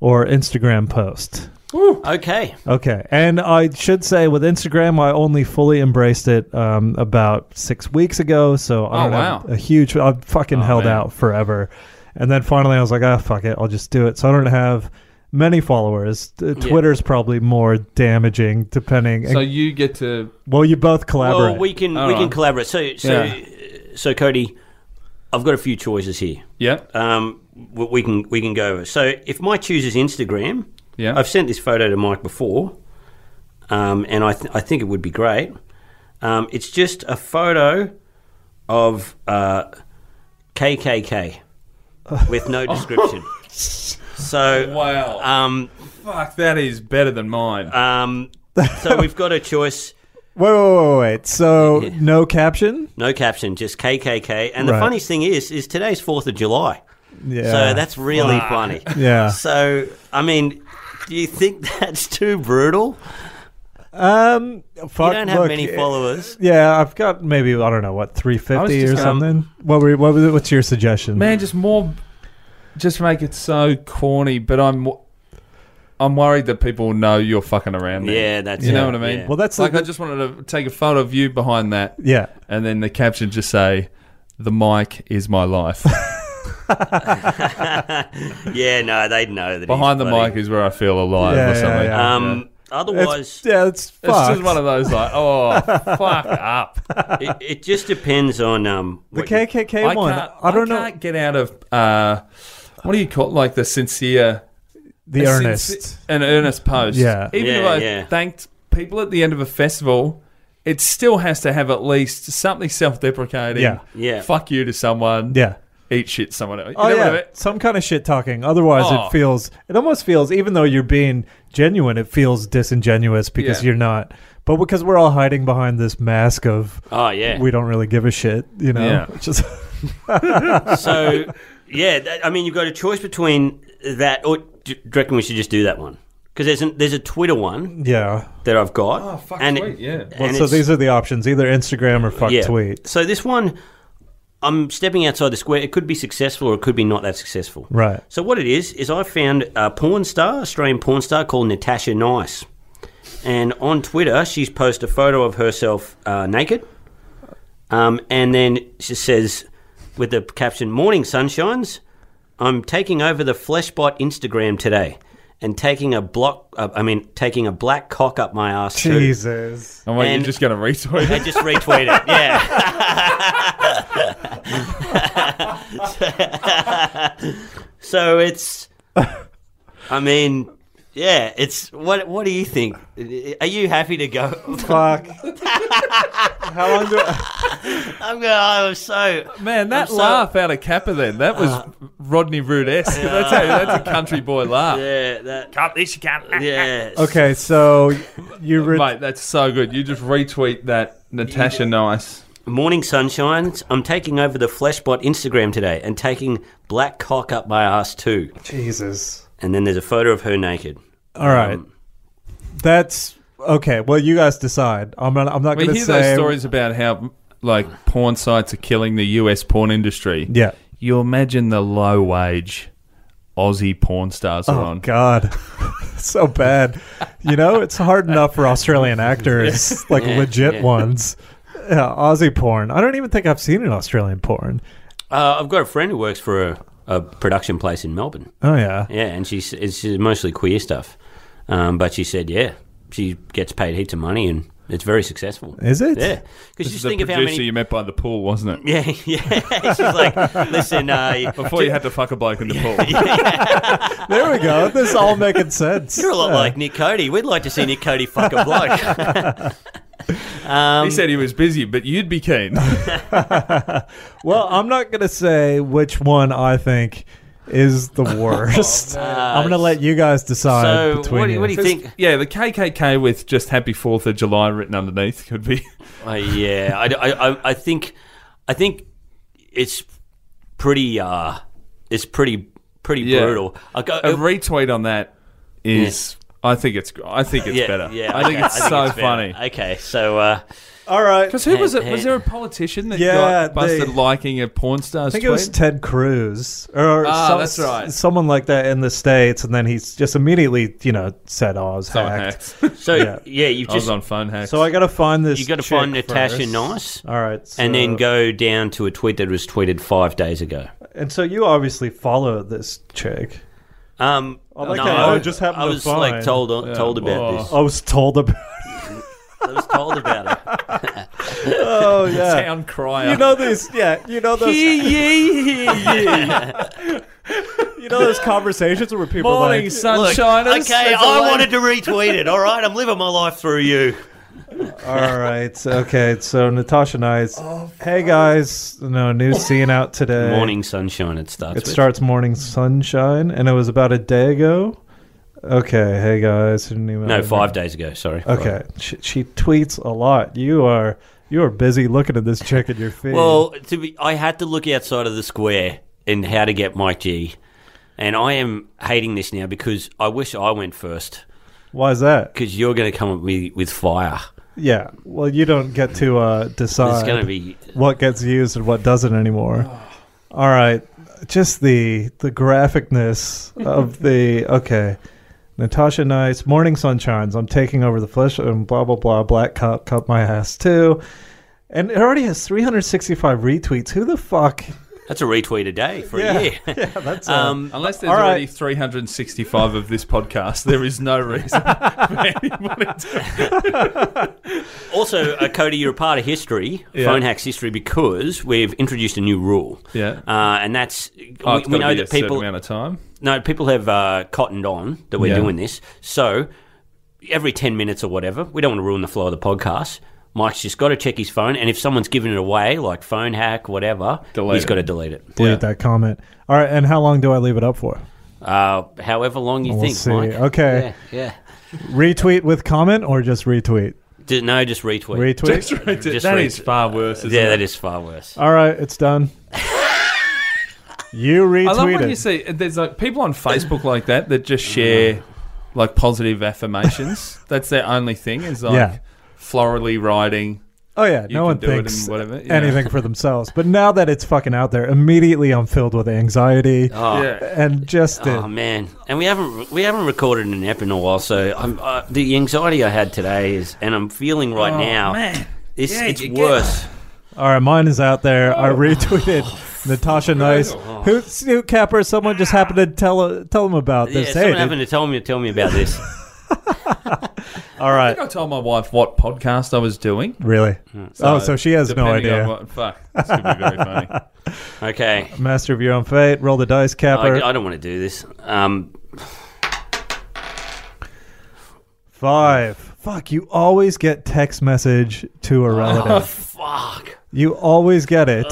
S1: or Instagram post.
S4: Okay.
S1: Okay. And I should say with Instagram, I only fully embraced it um, about six weeks ago. So I
S3: Oh,
S1: don't have
S3: wow.
S1: a huge, I've fucking
S3: Oh,
S1: held
S3: man.
S1: out forever. And then finally I was like, ah, fuck it. I'll just do it. So I don't have many followers. T- Twitter's probably more damaging depending.
S3: So you get to
S1: well, you both collaborate.
S4: Well, we can
S3: All
S4: we can
S3: right.
S4: collaborate. So so
S3: Yeah.
S4: so Cody, I've got a few choices here.
S3: yeah
S4: Um, w- we can we can go over. So if my chooses Instagram,
S3: yeah.
S4: I've sent this photo to Mike before, um, and I, th- I think it would be great. Um, it's just a photo of uh, KKK
S1: (laughs)
S4: with no description. so,
S3: wow.
S4: um,
S3: Fuck, that is better than mine.
S4: um, so we've got a choice.
S1: wait, wait, wait, wait, wait. So no caption?
S4: No caption, just KKK. And the
S1: Right.
S4: funniest thing is, is today's Fourth of July,
S1: Yeah.
S4: so that's really funny.
S3: Uh.
S1: Yeah.
S4: So, I mean, do you think (laughs) that's too brutal?
S1: Um, fuck,
S4: you don't have
S1: look,
S4: many
S3: eh,
S1: it-
S4: followers.
S1: Yeah, I've got maybe I don't know what
S3: I was
S1: 350 or
S3: just gonna-
S1: something. What were what was it, what's your suggestion?
S3: Man, just more. Just make it so corny, but I'm. I'm worried that people know you're fucking around. man.
S4: Yeah, that's
S3: you
S4: it,
S3: know what I mean.
S4: yeah.
S1: Well, that's
S3: like
S1: the-
S3: I just wanted to take a photo of you behind that,
S1: yeah.
S3: and then the caption just say, "The mic is
S1: (laughs)
S3: my life."
S4: Yeah, (laughs) no, they'd know that.
S3: behind the
S4: he's bloody-
S3: mic is where I feel alive
S1: Yeah,
S3: or
S1: yeah,
S3: something.
S1: yeah.
S4: Um, Otherwise,
S1: It's, yeah, it's
S3: It's
S1: fucked.
S3: just one of those like,
S1: (laughs)
S3: oh, fuck up.
S4: it, it just depends on um.
S1: the
S4: what you-
S1: KKK
S3: I
S1: one.
S3: can't.
S1: I don't know
S3: Can't get out of uh, what do you call it? like the sincere
S1: the
S3: a
S1: earnest.
S3: sinci- an earnest post.
S1: Yeah.
S3: Even
S4: Yeah,
S3: if I
S4: yeah.
S3: thanked people at the end of a festival, it still has to have at least something self-deprecating.
S1: Yeah.
S4: Yeah.
S3: Fuck you to someone.
S1: yeah.
S3: Eat shit to someone else. You
S1: Oh
S3: know what
S1: yeah,
S3: I mean?
S1: some kind of shit talking. Otherwise,
S3: Oh.
S1: it feels it almost feels even though you're being genuine, it feels disingenuous because
S3: Yeah.
S1: you're not. But because we're all hiding behind this mask of
S4: Oh yeah.
S1: we don't really give a shit, you know.
S3: Yeah.
S1: Which is- (laughs)
S3: (laughs)
S4: so yeah, that, I mean, you've got a choice between that, or do, do you reckon we should just do that one? because there's an, there's a Twitter one
S1: Yeah.
S4: that I've got.
S3: Oh, fuck,
S4: and
S3: sweet, yeah.
S4: and
S3: Well,
S1: Well, so
S4: it's-
S1: these are the options: either Instagram or fuck
S4: yeah.
S1: tweet.
S4: So this one, I'm stepping outside the square. It could be successful or it could be not that successful.
S1: Right.
S4: So what it is is I found a porn star, Australian porn star called Natasha Nice, and on Twitter she's posted a photo of herself uh, naked, um, and then she says with the caption "Morning sunshines, I'm taking over the Fleshbot Instagram today." And taking a block, uh, I mean, taking a black cock up my ass. too."
S1: Jesus.
S3: I'm like,
S4: And-
S3: you're just going to
S4: (laughs)
S3: retweet
S4: I
S3: it.
S4: just retweet it. Yeah. (laughs) so it's, I mean, yeah, it's what? What do you think? Are you happy to go? (laughs)
S1: Fuck. How long do?
S4: I'm going. I'm so.
S3: (laughs) Man, that
S4: so- Ah.
S3: laugh out of Kappa then, that was Rodney Root esque. That's, how- that's a country
S4: (laughs)
S3: boy laugh.
S4: Yeah. That.
S3: Cut this, you can't.
S4: Yeah.
S1: Okay, so you re-
S3: Mate, that's so good. You just retweet that Natasha Nice.
S4: Morning sunshines. I'm taking over the Fleshbot Instagram today and taking black cock up my ass too.
S1: Jesus.
S4: And then there's a photo of her naked.
S1: All right,
S4: Um,
S1: that's okay. Well, you guys decide. I'm not. I'm not
S3: We
S1: going to
S3: hear
S1: say.
S3: those stories about how like porn sites are killing the US porn industry.
S1: Yeah.
S3: You imagine the low wage Aussie porn stars are
S1: Oh
S3: on.
S1: God, (laughs) so bad. You know, it's hard enough for
S4: (laughs)
S1: Australian actors, like
S4: Yeah,
S1: legit
S4: yeah.
S1: ones. Yeah, Aussie porn. I don't even think I've seen an Australian porn.
S4: Uh, I've got a friend who works for a, a production place in Melbourne.
S1: Oh yeah.
S4: Yeah, and she's it's she's mostly queer stuff, um, but she said, yeah, she gets paid heaps of money and it's very successful.
S1: Is it?
S4: Yeah, because
S3: This is
S4: just
S3: the
S4: think of
S3: producer
S4: how many.
S3: you met by the pool, wasn't it?
S4: (laughs) Yeah, yeah. She's like, listen, uh, you-
S3: (laughs)
S4: (laughs)
S3: Before you had to fuck a bloke in the pool.
S1: There we go. This is all making sense.
S4: you're a lot
S1: Yeah.
S4: like Nick Cody. We'd like to see Nick Cody fuck a bloke.
S3: (laughs)
S4: (laughs) um,
S3: He said he was busy, but you'd be
S4: (laughs)
S3: keen.
S1: Well, I'm not gonna say which one I think is
S4: (laughs)
S1: the worst. I'm gonna let you guys decide
S4: Oh, so
S1: between
S4: what do you- what do you
S1: you.
S4: think?
S3: Yeah, the KKK with just Happy Fourth of July written underneath could be. (laughs)
S4: Uh, yeah, I, I, I- I think, I think it's pretty, uh, it's pretty, pretty
S3: Yeah.
S4: brutal. I go, uh,
S3: A retweet on that is. I think it's. I think it's
S4: yeah,
S3: better.
S4: Yeah,
S3: I think
S4: okay,
S3: it's so
S4: better.
S3: funny.
S4: Okay, so uh,
S1: All right.
S3: Because who was it?
S4: Hey,
S3: Was
S4: hey.
S3: there a politician that
S1: Yeah,
S3: got busted
S1: they-
S3: liking a porn
S1: I
S3: star's
S1: think
S3: tweet?
S1: it was Ted Cruz or
S3: Ah,
S1: some-
S3: that's right.
S1: someone like that in the states, and then he's just immediately, you know, said, "Oh, I was
S3: Someone
S1: hacked."
S3: hacked.
S4: so
S1: Yeah.
S4: yeah,
S3: (laughs)
S4: you've
S3: I was
S4: just
S3: on phone hacks.
S1: So I gotta find this.
S4: you got to
S1: chick
S4: find Natasha
S1: first.
S4: Nice,
S1: All right, so,
S4: and then go down to a tweet that was tweeted five days ago.
S1: And so you obviously follow this chick.
S4: Um,
S1: I like
S4: no,
S1: how Oh, I just happened
S4: I
S1: to
S4: was
S1: find-
S4: like told uh, told about
S3: oh.
S4: this.
S1: I was told
S4: (laughs)
S1: about. (laughs)
S4: I was told about it.
S1: Oh yeah,
S3: town crier.
S1: you know these. Yeah, you know those.
S3: (laughs)
S1: You know those conversations where people are
S3: morning
S1: like,
S4: Look,
S3: sunshiners.
S4: okay, I wanted to retweet it. All right, I'm living my life through you.
S1: All right. Okay. So Natasha Nice. hey guys. No (laughs) new scene out today.
S4: Morning sunshine. It starts.
S1: It
S4: with.
S1: starts morning sunshine, and it was about a day ago. Okay. Hey guys. Didn't email
S4: No,
S1: me.
S4: five days ago. Sorry.
S1: Okay. She, she tweets a lot. You are you are busy looking at this chick in your feed.
S4: Well, to be, I had to look outside of the square in how to get Mike G, and I am hating this now because I wish I went first
S1: why is that?
S4: because you're going to come at me with fire.
S1: Yeah. Well, you don't get to uh, decide.
S4: It's going to be
S1: what gets used and what doesn't anymore.
S4: Oh.
S1: All right, just the the graphicness
S4: (laughs)
S1: of the okay. Natasha Nice, Morning Sunshines. I'm taking over the flesh and blah blah blah. Black cup, cup my ass too. And it already has 365 retweets. Who the
S4: (laughs)
S1: fuck? (laughs)
S4: that's a retweet a day for
S1: Yeah.
S4: a year.
S1: Yeah, that's uh,
S4: Um,
S3: (laughs) Unless there's
S1: All right.
S3: already 365 of this podcast, there is no reason (laughs) for anybody to.
S4: also, uh, Cody, you're a part of history,
S3: Yeah.
S4: phone hacks history, because we've introduced a new rule.
S3: Yeah.
S4: Uh, and that's
S3: Oh,
S4: we,
S3: it's
S4: we
S3: gotta
S4: know
S3: be a
S4: that
S3: certain
S4: people
S3: amount of time.
S4: No, people have uh, cottoned on that we're
S3: Yeah.
S4: doing this. So every 10 minutes or whatever, we don't want to ruin the flow of the podcast. Mike's just got to check his phone. And if someone's giving it away, like phone hack, whatever,
S3: Delete
S4: he's
S3: it.
S4: got to delete it.
S1: delete
S3: yeah.
S1: that comment. All right, and how long do I leave it up for?
S4: Uh, however long
S3: Oh,
S4: you
S1: We'll
S4: think,
S1: see.
S4: Mike.
S1: Okay.
S4: Yeah.
S1: Retweet with comment or just retweet?
S4: yeah. D- no, just retweet.
S1: Retweet.
S3: That is uh,
S4: Just read it.
S3: far worse. Isn't
S4: yeah,
S3: it?
S4: that is far worse.
S3: Oh.
S1: All right, it's
S4: (laughs)
S1: done. you retweeted.
S4: Mm-hmm.
S3: I love when you see there's like people on Facebook like that that just share like positive
S4: (laughs)
S3: affirmations. That's their only thing is like
S1: Yeah.
S3: florally writing.
S1: Oh yeah,
S3: You
S1: no
S3: can
S1: one
S3: do it
S1: thinks
S3: and whatever, yeah.
S1: anything for themselves. But now that it's fucking out there, immediately I'm filled with anxiety
S4: Oh.
S3: Yeah.
S1: and just
S4: Oh man, and we haven't we haven't recorded an ep in a while, so I'm, uh, the anxiety I had today is, and I'm feeling
S1: Oh,
S4: right now, man, it's
S3: Yeah,
S4: it's
S3: you get-
S4: worse.
S1: all right. Mine is out there.
S3: Oh.
S1: I retweeted
S3: (laughs)
S1: Natasha Nice, who Snoot Capper. Someone just happened to tell uh, tell them about
S4: Yeah,
S1: this.
S4: someone
S1: hey, dude.
S4: happened to tell me tell me
S1: (laughs)
S4: about this.
S1: all
S3: I
S1: right,
S3: think I told my wife what podcast I was doing.
S1: really? oh, so she has no
S3: Hmm, depending on
S1: idea.
S3: what- fuck, this could be
S1: (laughs)
S3: very funny.
S4: Okay,
S1: Master of your own fate. Roll the dice, Capper.
S4: I, I don't want to do this. Um,
S1: Five. Fuck, you always get text message to
S3: Oh.
S1: a relative.
S4: fuck.
S1: you always get
S3: (laughs)
S1: it.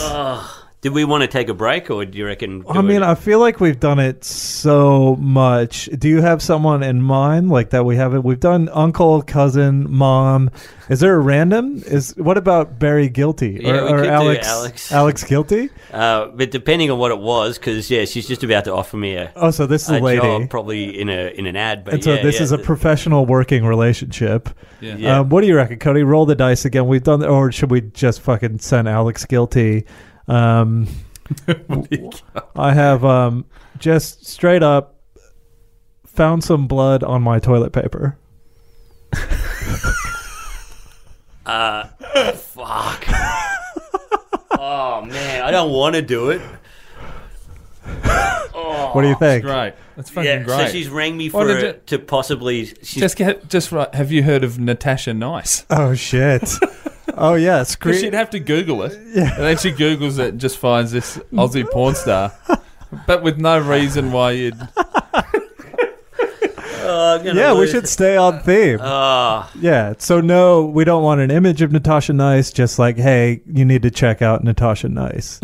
S4: Did we want to take a break, or do you reckon?
S1: I mean, I feel like we've done it so much. Do you have someone in mind like that we haven't? We've done uncle, cousin, mom. Is there a random? Is what about Barry Guilty
S4: Yeah, we could do
S1: Alex,
S4: Alex.
S1: Guilty?
S4: uh, but depending on what it was, because yeah, she's just about to offer me a,
S1: Oh, so this is a,
S4: a
S1: lady.
S4: job, probably in a in an ad. But
S1: and so
S4: yeah,
S1: this
S4: yeah,
S1: is a
S4: th-
S1: professional working relationship.
S3: Yeah.
S4: Yeah.
S1: Um, what do you reckon, Cody? Roll the dice again. We've done, or should we just fucking send Alex guilty? Um, I have um, just straight up found some blood on my toilet paper. (laughs)
S4: fuck. oh man, I don't want to do it.
S1: what do you think?
S3: Great, that's fucking
S4: Yeah,
S3: great.
S4: so she's rang me
S3: Why
S4: for
S3: did
S4: a-
S3: you-
S4: to possibly. She's,
S3: just get just right. Have you heard of Natasha Nice?
S1: Oh shit! oh yeah, screen.
S3: Because she'd have to Google it. And then she Googles it and just finds this Aussie porn star. But with no reason why you'd.
S4: Oh, I'm gonna
S1: yeah, we
S4: lose
S1: should
S4: it.
S1: stay on theme.
S4: Oh,
S1: yeah. So no, we don't want an image of Natasha Nice. Just like, hey, you need to check out Natasha Nice.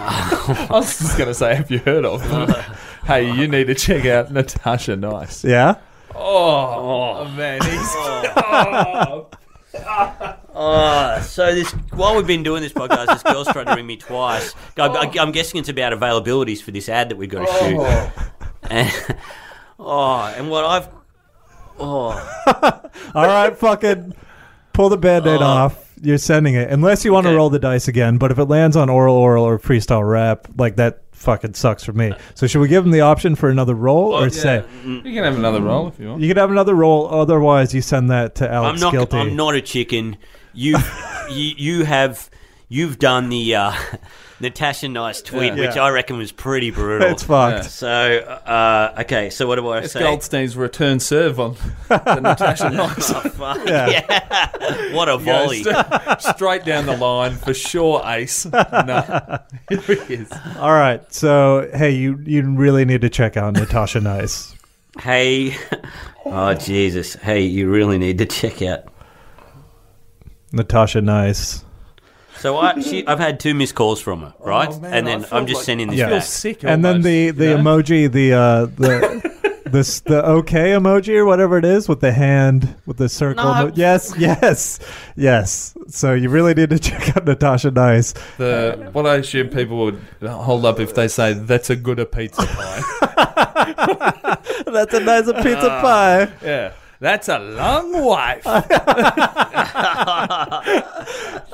S3: I was just going to say, have you heard of her? hey, you need to check out Natasha Nice.
S1: yeah.
S3: Oh, man. He's,
S4: oh, so this while we've been doing this podcast, this girl's tried to ring me twice. I, am guessing it's about availabilities for this ad that we've got to
S3: Oh.
S4: shoot. And, oh, and what I've oh
S1: All right, fucking pull the band-aid off. You're sending it. Unless you want to
S4: Uh, Okay.
S1: roll the dice again, but if it lands on oral oral or freestyle rap, like that fucking sucks for me. So should we give them the option for another roll or say
S3: you can have another roll if you want.
S1: you could have another roll, otherwise you send that to Alex
S4: I'm not
S1: Guilty.
S4: I'm not a chicken. You you you have you've done the uh, Natasha Nice tweet,
S3: Yeah.
S4: which
S1: Yeah.
S4: I reckon was pretty brutal.
S1: (laughs) it's fucked.
S3: Yeah.
S4: So uh, okay, so what do I
S3: It's
S4: say?
S3: Goldstein's return serve on the (laughs) Natasha Nice.
S4: (laughs) Fuck,
S1: Yeah.
S4: yeah. (laughs) What a volley.
S3: Goes st- straight down the line for sure,
S1: (laughs)
S3: Ace. No, (laughs) here he is.
S1: All right. So hey, you you really need to check out Natasha Nice.
S4: Hey. (laughs) Oh, Jesus. Hey, you really need to check out.
S1: Natasha Nice.
S4: So I, she, I've had two missed calls from
S1: Oh,
S4: her, right? and then I'm just sending this
S1: Yeah.
S4: back.
S3: sick.
S1: and then the the emoji the uh the this the okay emoji or whatever it is with the hand with the circle
S4: No.
S1: emo- yes yes yes so you really need to check out natasha nice
S3: The what I assume people would hold up if they say that's a good a pizza pie.
S1: that's a nice pizza pie
S3: (laughs) yeah, that's a long (laughs) wife.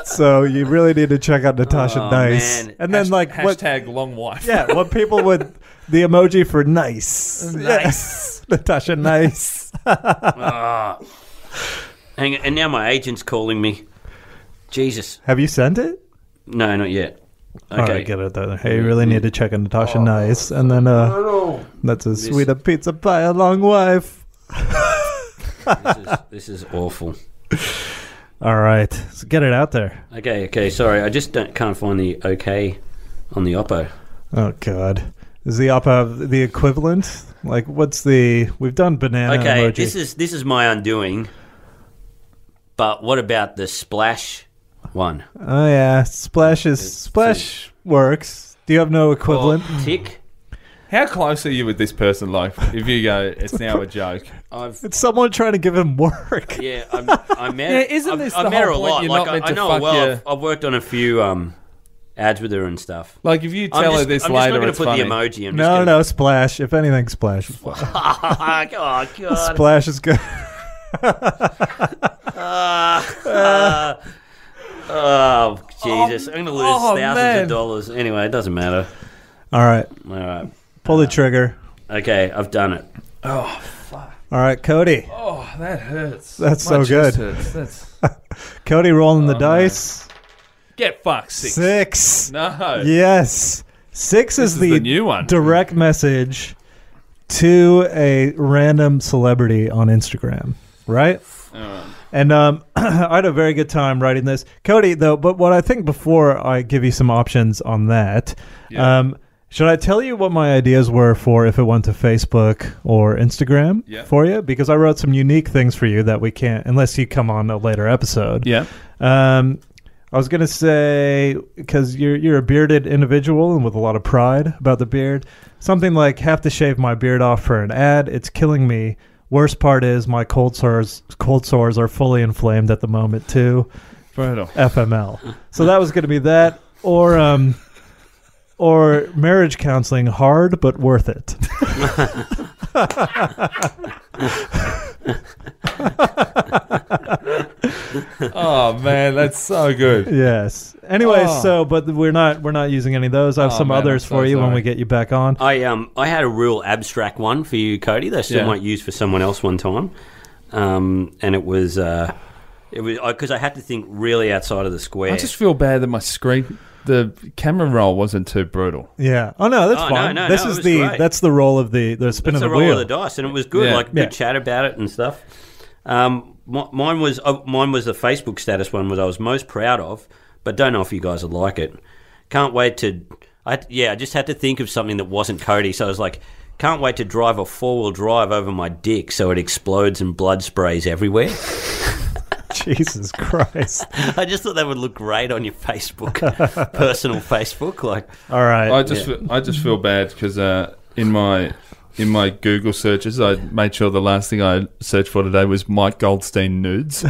S1: so you really need to check out natasha
S4: Oh,
S1: nice
S4: man.
S1: and then
S3: Hash-
S1: like what
S3: hashtag long wife.
S1: yeah what people would the emoji for nice
S3: Nice.
S1: Yeah. (laughs) natasha nice
S4: (laughs)
S1: (laughs)
S4: Ah. Hang on, and now my agent's calling me. Jesus.
S1: have you sent it
S4: No, not yet. Okay.
S1: All right, get it there. Hey, you really need to check on Natasha Nice, and then uh, that's as sweet a pizza pie, a long wife.
S4: this, is, this is awful.
S1: All right, so get it out there.
S4: Okay, okay. Sorry, I just don't, can't find the okay on the Oppo.
S1: Oh God, is the up have the equivalent? Like, what's the? We've done banana
S4: Okay,
S1: Uh, emoji.
S4: this is this is my undoing. But what about the splash one?
S1: oh yeah, splash is splash works. Do you have no equivalent?
S4: Tick.
S3: How close are you with this person? Like, if you go, it's now a joke.
S4: I've
S1: It's someone trying to give him work.
S4: yeah, I'm, I'm
S3: Yeah, isn't
S4: I'm,
S3: this
S4: I'm
S3: the
S4: there
S3: whole
S4: a lot.
S3: point? You're
S4: like
S3: not
S4: I,
S3: meant
S4: I
S3: to
S4: know
S3: fuck
S4: well.
S3: your-
S4: I've, I've worked on a few um, ads with her and stuff.
S3: Like if you
S4: I'm
S3: tell her
S4: just,
S3: this
S4: I'm just
S3: later,
S4: not gonna
S3: it's
S4: put
S3: funny.
S4: the emoji. I'm
S1: no,
S4: just
S1: no, splash. If anything, splash. is fine.
S4: gonna, no. oh god.
S1: Splash is good.
S4: Ah. oh Jesus! I'm gonna lose
S3: oh,
S4: thousands
S3: man.
S4: of dollars. Anyway, it doesn't matter.
S1: All right,
S4: All right.
S1: pull the trigger.
S4: Okay, I've done it.
S1: All right, Cody.
S3: Oh, that hurts.
S1: That's
S3: My
S1: so
S3: chest
S1: good.
S3: hurts. That's- (laughs)
S1: Cody rolling the
S3: Oh,
S1: dice.
S3: Get fucked six.
S1: Six.
S3: No.
S1: Yes. Six
S3: This
S1: is,
S3: is the new one.
S1: direct message to a random celebrity on Instagram, right? And um, (clears throat) I had a very good time writing this, Cody. Though, but what I think before I give you some options on that,
S3: Yeah.
S1: um, should I tell you what my ideas were for if it went to Facebook or Instagram
S3: Yeah.
S1: for you? Because I wrote some unique things for you that we can't unless you come on a later episode.
S3: Yeah.
S1: Um, I was gonna say because you're you're a bearded individual and with a lot of pride about the beard. Something like have to shave my beard off for an ad. It's killing me. Worst part is my cold sores cold sores are fully inflamed at the moment too.
S3: Brutal.
S1: FML. So that was gonna be that or um. Or marriage counseling, hard but worth it.
S3: (laughs) Oh man, that's so good.
S1: Yes. Anyway,
S3: Oh.
S1: so but we're not we're not using any of those. I have
S3: Oh,
S1: some
S3: man,
S1: others
S3: I'm so
S1: for you when
S3: sorry.
S1: we get you back on.
S4: I um I had a real abstract one for you, Cody. That I still
S3: Yeah.
S4: might use for someone else one time. Um, and it was uh, it was because I had to think really outside of the square.
S3: I just feel bad that my screen, the camera roll wasn't too brutal.
S1: Yeah. Oh no, that's
S4: Oh, no,
S1: fine.
S4: no,
S1: this
S4: no, it
S1: is
S4: was
S1: the
S4: great.
S1: that's the role of the the spin of
S4: It's a
S1: the
S4: roll
S1: wheel.
S4: of the dice, and it was good.
S3: Yeah.
S4: Like
S1: Yeah.
S4: good chat about it and stuff. Um, mi- mine was uh, mine was the Facebook status one was I was most proud of, but don't know if you guys would like it. Can't wait to. I yeah, I just had to think of something that wasn't Cody, so I was like, can't wait to drive a four wheel drive over my dick so it explodes and blood sprays everywhere.
S1: (laughs)
S4: (laughs)
S1: Jesus Christ!
S4: I just thought that would look great on your Facebook, (laughs) personal Facebook. Like,
S1: All right.
S3: I just, I just feel bad because uh, in my, in my Google searches, I made sure the last thing I searched for today was Mike
S1: (laughs)
S3: Goldstein nudes.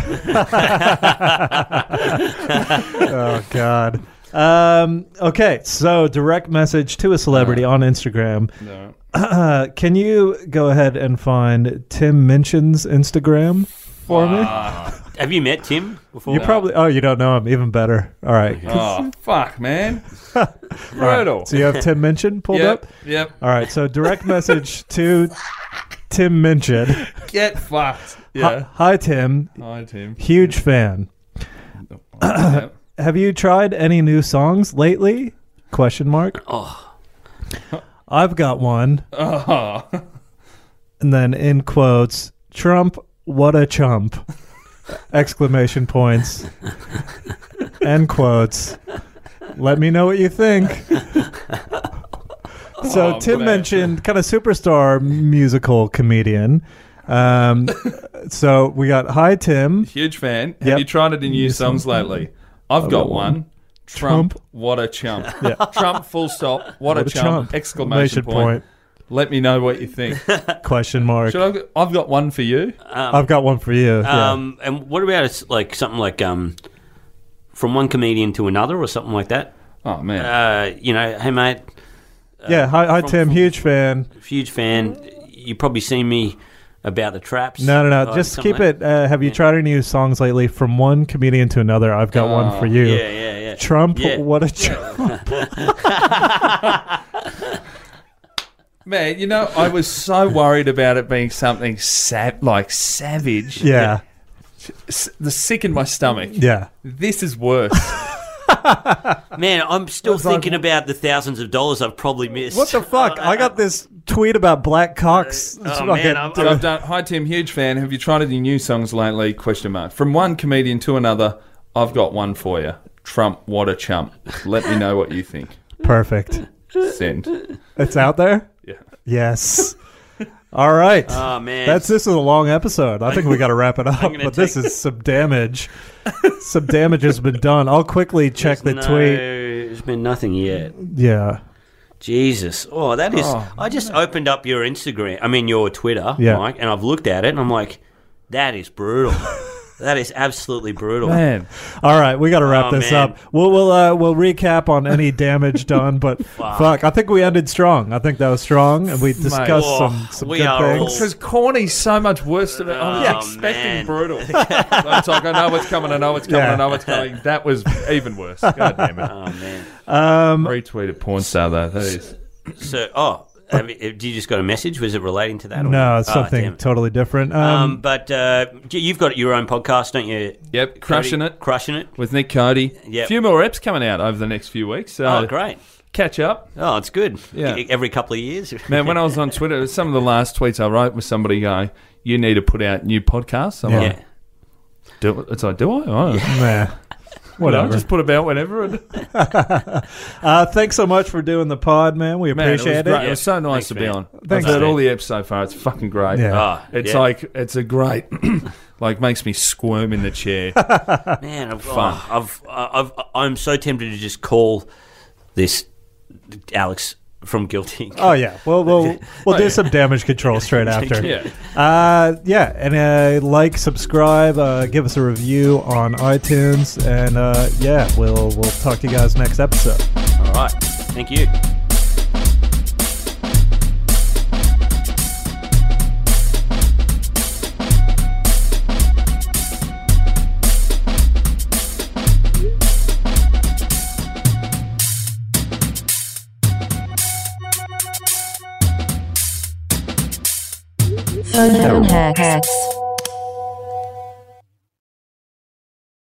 S1: (laughs) oh God. Um, okay, so direct message to a celebrity on Instagram. (clears throat) (laughs)
S3: no.
S1: can you go ahead and find Tim Minchin's Instagram for
S4: Uh, have you met Tim before?
S1: me? You probably. Oh, you don't know him. Even better. All right.
S3: Oh
S1: (laughs)
S3: fuck, man. brutal.
S1: So you have Tim
S4: (laughs)
S1: Minchin pulled
S3: Yep.
S1: up.
S3: Yep.
S1: All right. So direct message to Tim Minchin. Hi-
S3: Get fucked. Yeah.
S1: Hi, Tim.
S3: Hi,
S1: (coughs)
S3: Tim.
S1: Huge fan.
S3: Yep.
S1: Have you tried any new songs lately? Question mark.
S4: Oh.
S1: I've got one.
S3: (laughs) Oh.
S1: And then in quotes, Trump, what a chump. (laughs) Exclamation points. End quotes. Let me know what you think. So
S3: Oh,
S1: Tim
S3: man.
S1: mentioned kind of superstar musical comedian. Um, so we got hi Tim.
S3: Huge fan.
S1: Yep.
S3: Have you tried any new songs lately? I've got one. Trump,
S1: Trump.
S3: what a (laughs) chump. Trump, full stop, what, a, chump, exclamation
S1: Exclamation
S3: point. Let me know what you (laughs) think.
S1: point. Question mark.
S3: Should I, go- I've got one for you.
S1: I've got one for you. yeah.
S4: Um, and what about it's like something like um, from one comedian to another or something like that?
S3: Oh, man.
S4: Uh, you know, hey mate, Uh,
S1: yeah. Hi, hi
S4: from-
S1: Tim.
S4: from-
S1: Huge fan.
S4: huge fan. You probably seen me about the traps.
S1: No, no, no.
S4: Like,
S1: Just
S4: something
S1: keep
S4: like-
S1: it. Uh, have you tried any new songs lately? From one comedian to another, I've got one for you.
S4: Oh, Yeah, yeah, yeah.
S1: Trump,
S4: Yeah.
S1: what a Trump. (laughs)
S3: man, you know, I was (laughs) so worried about it being something sav- like savage.
S1: Yeah,
S3: S- the sick in my stomach.
S1: yeah.
S3: This is worse.
S4: Man, I'm still thinking about the thousands of dollars I've probably missed.
S1: What the fuck? I got this tweet about black cocks. It's
S4: Uh, oh,
S1: fucking-
S4: man, I'm-
S3: But I've done. Hi Tim, huge fan. Have you tried any new songs lately? Question mark. From one comedian to another, I've got one for you. Trump, what a chump. Let me know what you think.
S1: Perfect.
S3: Send.
S1: It's out
S4: (laughs)
S1: there.
S3: Yeah.
S1: Yes. All right.
S4: Oh man,
S1: That's this is a long episode. I think we got to wrap
S4: (laughs)
S1: it up. But
S4: gonna
S1: this
S4: take-
S1: is some damage. some damage has been done. I'll quickly check the
S4: no,
S1: tweet.
S4: There's been nothing yet.
S1: Yeah.
S4: Jesus. Oh, that is.
S3: Oh,
S4: I just opened up your Instagram, I mean, your Twitter,
S1: Yeah. (laughs)
S4: Mike, and I've looked at it and I'm like, that is brutal. That is absolutely brutal.
S3: Man,
S1: All right, we got to wrap
S4: Oh,
S1: this
S4: man.
S1: up. We'll we'll uh, we'll recap on any damage done, but fuck. I think we ended strong. I think that was strong, and we discussed
S4: Oh,
S1: some some
S4: we
S1: good
S4: are all-
S1: things.
S3: because corny's so much worse than it. I was
S4: Oh,
S3: expecting
S4: man. (laughs)
S3: brutal. it's like I know what's coming, I know what's coming,
S1: Yeah.
S3: I know what's coming. That was even worse. God damn
S4: (laughs)
S3: it!
S4: Oh man.
S1: Um,
S3: Retweeted porn star though. That is.
S4: So oh, have you, did you just got a message? Was it relating to that? or
S1: no, it's
S4: Oh,
S1: something
S4: damn it.
S1: totally different.
S4: Um,
S1: Um,
S4: but uh, you- you've got your own podcast, don't you?
S3: Yep, crushing
S4: Cody?
S3: it
S4: Crushing it.
S3: with Nick Cody.
S4: Yep.
S3: few more reps coming out over the next few weeks. So
S4: Oh, great.
S3: catch up.
S4: Oh, it's good.
S3: Yeah.
S4: Every couple of years.
S3: Man, when I was on Twitter, some of the last tweets I wrote was somebody going, "You need to put out new podcasts." I'm
S1: Yeah.
S3: like,
S4: (laughs) yeah.
S3: do it. it's like, do I? I don't know.
S1: nah,
S3: Whatever.
S1: Um, whatever.
S3: just put about whenever. And,
S1: uh, thanks so much for doing the pod, man. We
S3: man,
S1: appreciate
S3: it was,
S1: it.
S3: great. It was so nice
S4: Thanks,
S3: to be
S4: man.
S3: on.
S1: Thanks,
S3: I've heard
S1: man.
S3: all the apps so far. It's fucking great.
S1: Yeah.
S4: Ah,
S3: It's
S4: yeah.
S3: like it's a great, (clears throat) like makes me squirm in the chair.
S4: Man, I've,
S3: Fun.
S4: oh, I've, I've, I'm so tempted to just call this Alex from Guilty. (laughs)
S1: Oh yeah, well we'll we'll do some damage control straight after.
S3: yeah.
S1: Uh, yeah, and uh, like, subscribe, uh, give us a review on iTunes, and uh, yeah, we'll we'll talk to you guys next episode.
S4: All right. Thank you.
S2: Phone hacks.